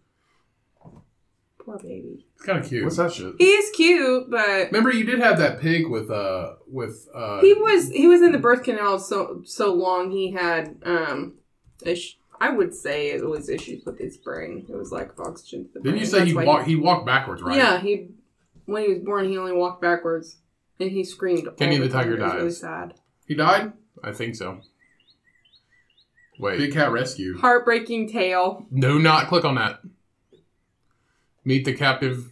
Poor baby.
It's kind of cute.
What's that shit?
He is cute, but
Remember, you did have that pig with uh with uh.
he was he was in the birth canal so so long he had um ish, I would say it was issues with his brain. It was lack of oxygen to the brain.
didn't you say
That's
he
why
walked? He walked backwards, right?
Yeah, he when he was born he only walked backwards and he screamed. all
Kenny the
time.
Tiger
It was really
dies.
sad.
He died.
I think so. Wait.
Big Cat Rescue.
Heartbreaking tale.
Do not click on that. Meet the captive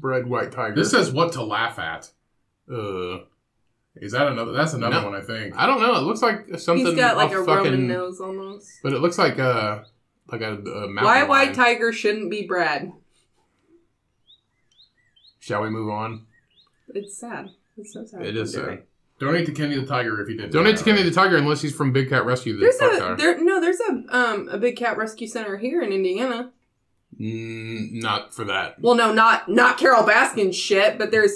bred white tiger.
This says what to laugh at.
uh,
Is that another? That's another
No.
one, I think.
I don't know. It looks like something.
He's got like
off
a
fucking,
Roman nose almost.
But it looks like a like a, a mountain
Why white
lion.
tiger shouldn't be bred.
Shall we move on?
It's sad. It's so sad.
It is
They're
sad.
right.
Donate to Kenny the Tiger if you did.
Donate to Kenny the tiger unless he's from Big Cat Rescue. The
There's
fuck
a
tiger.
there no there's a um a big cat rescue center here in Indiana.
Mm, not for that.
Well, no, not not Carol Baskin shit, but there's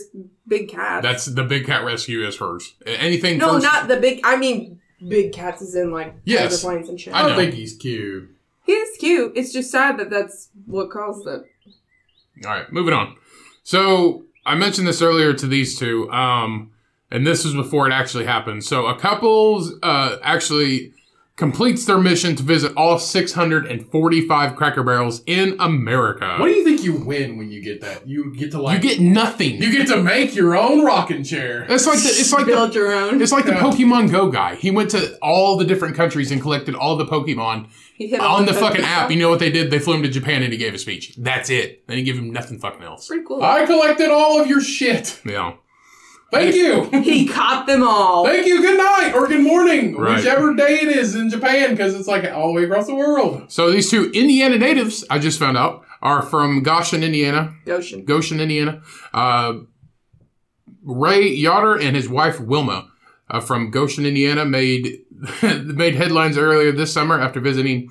big cats.
That's the Big Cat Rescue is hers. Anything
no,
first.
not the big. I mean, big cats is in like
Yes.
other planes and shit.
I
I
know.
don't think he's cute.
He is cute. It's just sad that that's what caused it.
All right, moving on. So I mentioned this earlier to these two, um, and this was before it actually happened. So a couple's uh, actually completes their mission to visit all 645 Cracker Barrels in America.
What do you think you win when you get that? You get to
you
like
get nothing.
you get to make your own rocking chair.
It's like the, it's like the,
Build your own.
it's like the
Yeah.
Pokemon Go guy. He went to all the different countries and collected all the Pokemon
You hit all
on the
those
fucking
stuff.
app. You know what they did? They flew him to Japan and he gave a speech. That's it. They didn't give him nothing fucking else.
Pretty cool.
I collected all of your shit.
Yeah.
Thank you.
he caught them all.
Thank you. Good night or good morning,
Right.
whichever day it is in Japan, because it's like all the way across the world.
So these two Indiana natives, I just found out, are from Goshen, Indiana.
Goshen.
Goshen, Indiana. Uh, Ray Yoder and his wife Wilma uh, from Goshen, Indiana, made <laughs> made headlines earlier this summer after visiting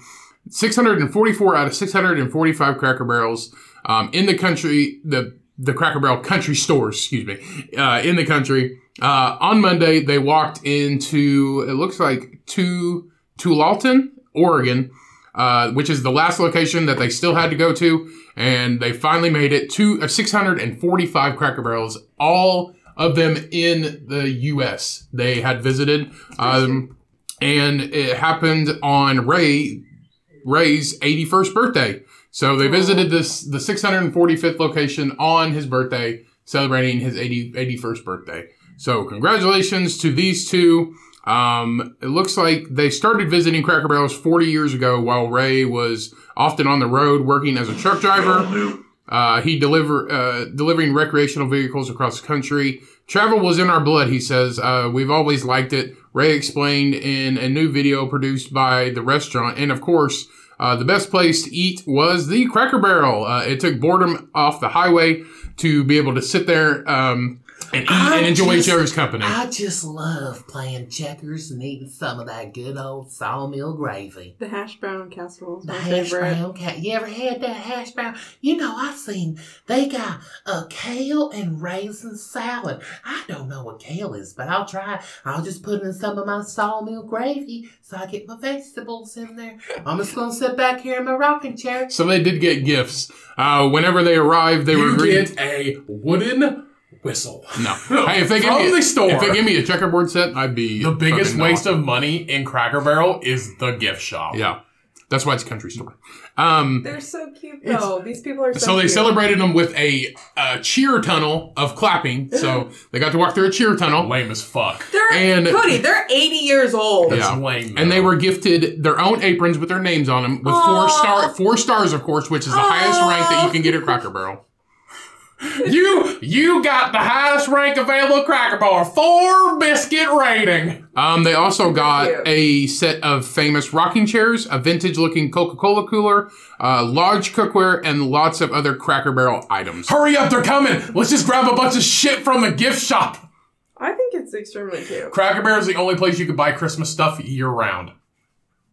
644 out of 645 Cracker Barrels um, in the country. The the Cracker Barrel country stores, excuse me, uh, in the country. Uh, on Monday, they walked into it looks like to Tulalton, Oregon, uh, which is the last location that they still had to go to, and they finally made it to uh, 645 Cracker Barrels, all of them in the U.S. They had visited, um, and it happened on Ray Ray's 81st birthday. So they visited this the 645th location on his birthday, celebrating his 80, 81st birthday. So congratulations to these two. Um, it looks like they started visiting Cracker Barrels 40 years ago while Ray was often on the road working as a truck driver. Uh, he deliver uh, delivering recreational vehicles across the country. Travel was in our blood, he says. Uh, we've always liked it. Ray explained in a new video produced by the restaurant, and of course, uh, the best place to eat was the Cracker Barrel. Uh, it took boredom off the highway to be able to sit there um, and eat
I
and enjoy each
just-
other's company.
I just love playing checkers and eating some of that good old sawmill gravy.
The hash brown casserole is
The
my
hash
favorite.
brown cat. You ever had that hash brown? You know, I've seen they got a kale and raisin salad. I don't know what kale is, but I'll try. I'll just put in some of my sawmill gravy so I get my vegetables in there. I'm just gonna sit back here in my rocking chair.
So they did get gifts. Uh, whenever they arrived, they were
You
greeted.
get a wooden whistle.
No. Hey, if they give
From
me
the store.
if they give me a checkerboard set, I'd be
The biggest
fucking
waste
awesome.
of money in Cracker Barrel is the gift shop.
Yeah, that's why it's a country store. Um,
They're so cute though. These people are so.
so they
cute.
celebrated them with a, uh cheer tunnel of clapping.
<laughs>
So they got to walk through a cheer tunnel,
Lame as fuck.
They're
and-
Cody. They're eighty years old.
Yeah.
That's lame.
and they
though.
were gifted their own aprons with their names on them, with four
Aw.
star four stars, of course, which is the highest rank that you
Aw.
can get at
<laughs>
Cracker Barrel.
You you got the highest rank available at Cracker Barrel. Four biscuit rating.
Um, they also
Cute.
got a set of famous rocking chairs, a vintage looking Coca Cola cooler, uh, large cookware, and lots of other Cracker Barrel items.
Hurry up, they're coming. Let's just grab a bunch of shit from the gift shop.
I think it's extremely cute.
Cracker Barrel is the only place you can buy Christmas stuff year round.
<laughs>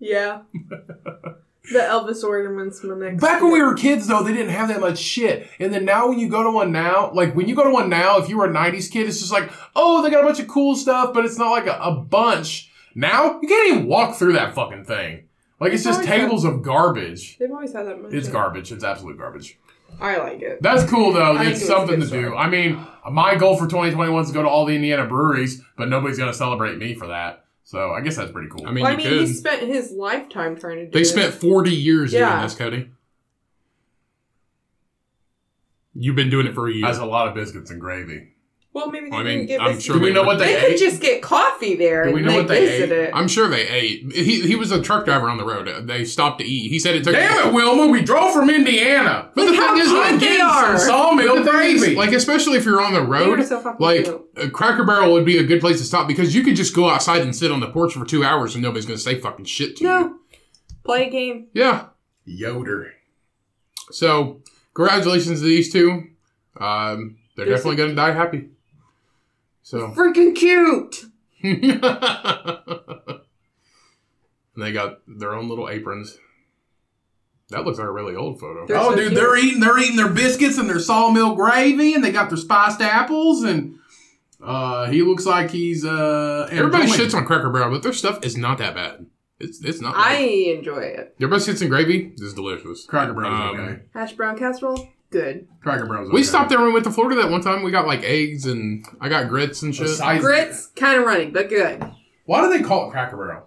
Yeah. the Elvis ornaments were next.
Back when we were kids, though, they didn't have that much shit. And then now, when you go to one now, like when you go to one now, if you were a '90s kid, it's just like, oh, they got a bunch of cool stuff, but it's not like a, a bunch. Now you can't even walk through that fucking thing. Like it's just
Oh, yeah.
tables of garbage.
They've always had that much.
It's garbage. It's absolute garbage.
I like it.
That's cool though.
I think
it's
it was a
something
good
to do.
start.
I mean, my goal for 2021 is to go to all the Indiana breweries, but nobody's gonna celebrate me for that. So I guess that's pretty cool.
I mean,
Well, I
you
mean,
could.
he spent his lifetime trying to do
They
this.
spent 40 years doing
Yeah.
this, Cody. You've been doing it for a year.
that's a lot of biscuits and gravy.
Well, maybe they
I
didn't
mean,
get
I'm
this-
sure
Do we know what
They,
they
could
ate?
just get coffee there.
Do we know
and
what
they
they
visit
ate?
It.
I'm sure they ate. He, he was a truck driver on the road. They stopped to eat. He said it took.
Damn it,
<laughs>
Wilma! We drove from Indiana.
But the
Look how
thing is,
good
like,
they
getting
are.
some sawmill
But the thing is,
gravy. Like, especially if you're on the road,
are so fucking
like
cute.
a Cracker Barrel would be a good place to stop because you could just go outside and sit on the porch for two hours and nobody's going to say fucking shit to you.
no. Play a game.
Yeah.
Yoder.
So, congratulations to these two. Um, they're
There's
definitely going to die happy. So. <laughs>
Freaking cute.
and they got their own little aprons. That looks like a really old photo.
They're
oh,
so
dude,
cute.
they're eating they're eating their biscuits and their sawmill gravy, and they got their spiced apples, and uh, he looks like he's uh.
Everybody
enjoying-
shits on Cracker Barrel, but their stuff is not that bad. It's it's not.
I
bad.
enjoy it.
Their best hits and gravy is delicious.
Cracker Barrel's
Um,
okay.
Hash brown casserole. Good.
Cracker Barrel's.
We
okay.
stopped there when we went to Florida that one time. We got like eggs and I got grits and
The
shit.
size-
Grits, kind of runny, but good.
Why do they call it Cracker Barrel?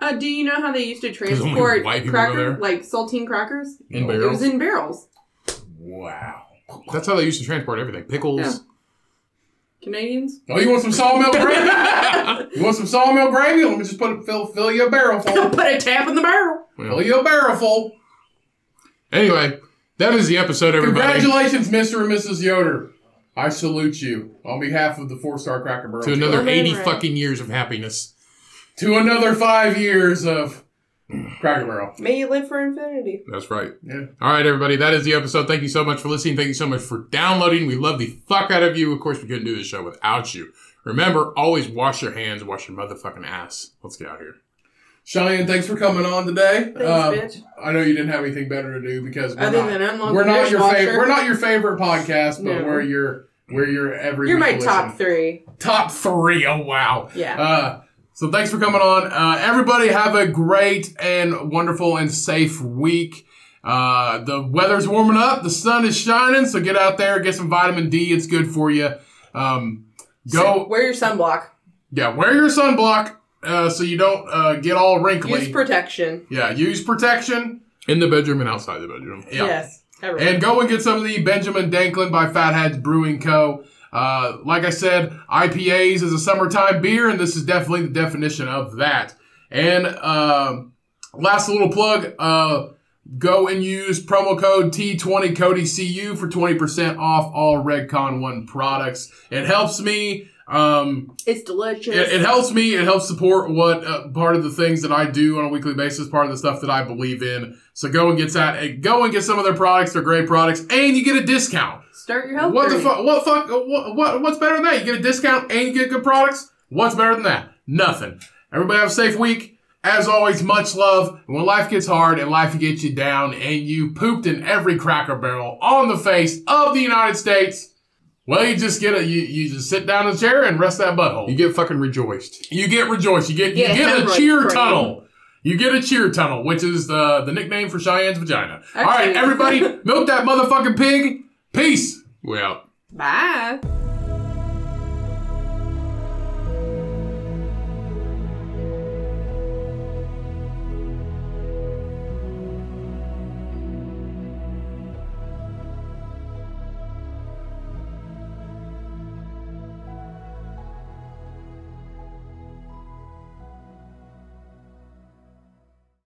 Uh, do you know how they used to
only
transport
white people go there?
crackers, like saltine crackers?
In
It was
barrels.
in barrels.
Wow. That's how they used to transport everything. Pickles.
Yeah.
<laughs>
Canadians? <laughs>
Oh, you want some sawmill gravy? you want some sawmill gravy? Let me just put it, fill, fill you a
<laughs>
barrel full.
Put a tap in the barrel.
fill you a barrel full.
Anyway, that is the episode, everybody.
Congratulations, Mr. and Mrs. Yoder. I salute you on behalf of the four star cracker barrel.
To another
Remember
80
it.
fucking years of happiness.
to another five years of cracker barrel.
May you live for infinity.
That's right.
Yeah.
All right, everybody. That is the episode. Thank you so much for listening. Thank you so much for downloading. We love the fuck out of you. Of course, we couldn't do this show without you. Remember, always wash your hands, wash your motherfucking ass. Let's get out of here.
Cheyenne, thanks for coming on today.
Thanks,
Um,
bitch.
I know you didn't have anything better to do because we're
Other
not,
than unlock
we're
the
not your
dishwasher.
favorite. We're not your favorite podcast, but
No.
we're your we're your every.
You're
week
my
listen.
top three.
Top three. Oh wow.
Yeah.
Uh, so thanks for coming on. Uh, everybody have a great and wonderful and safe week. Uh, the weather's warming up. The sun is shining. So get out there, get some vitamin D. It's good for you. Um, go.
Wear your sunblock.
Yeah, wear your sunblock uh, so you don't uh, get all wrinkly.
Use protection.
yeah, use protection.
In the bedroom and outside the bedroom.
Yeah.
Yes. Everyone.
And go and get some of the Benjamin Danklin by Fatheads Brewing Co. Uh, like I said, IPAs is a summertime beer, and this is definitely the definition of that. And um last little plug uh, go and use promo code T20CODYCU for 20% off all Redcon 1 products. It helps me. Um,
it's delicious.
it, it helps me. It helps support what uh, part of the things that I do on a weekly basis, part of the stuff that I believe in. So go and get that. and Go and get some of their products. They're great products, and you get a discount.
Start your health
what the
journey.
fuck? What fuck? uh, What, what what's better than that? You get a discount and you get good products. What's better than that? Nothing. Everybody have a safe week. As always, much love. And when life gets hard and life gets you down, and you pooped in every Cracker Barrel on the face of the United States, well, you just get a you, you just sit down in a chair and rest that butthole.
You get fucking rejoiced.
You get rejoice. You get you
Yeah,
get a
hemorrhoid
cheer
brain.
tunnel. You get a cheer tunnel, which is the the nickname for Cheyenne's vagina. All
<laughs>
right,
<laughs> Actually-
everybody, milk that motherfucking pig. Peace.
We out.
Bye.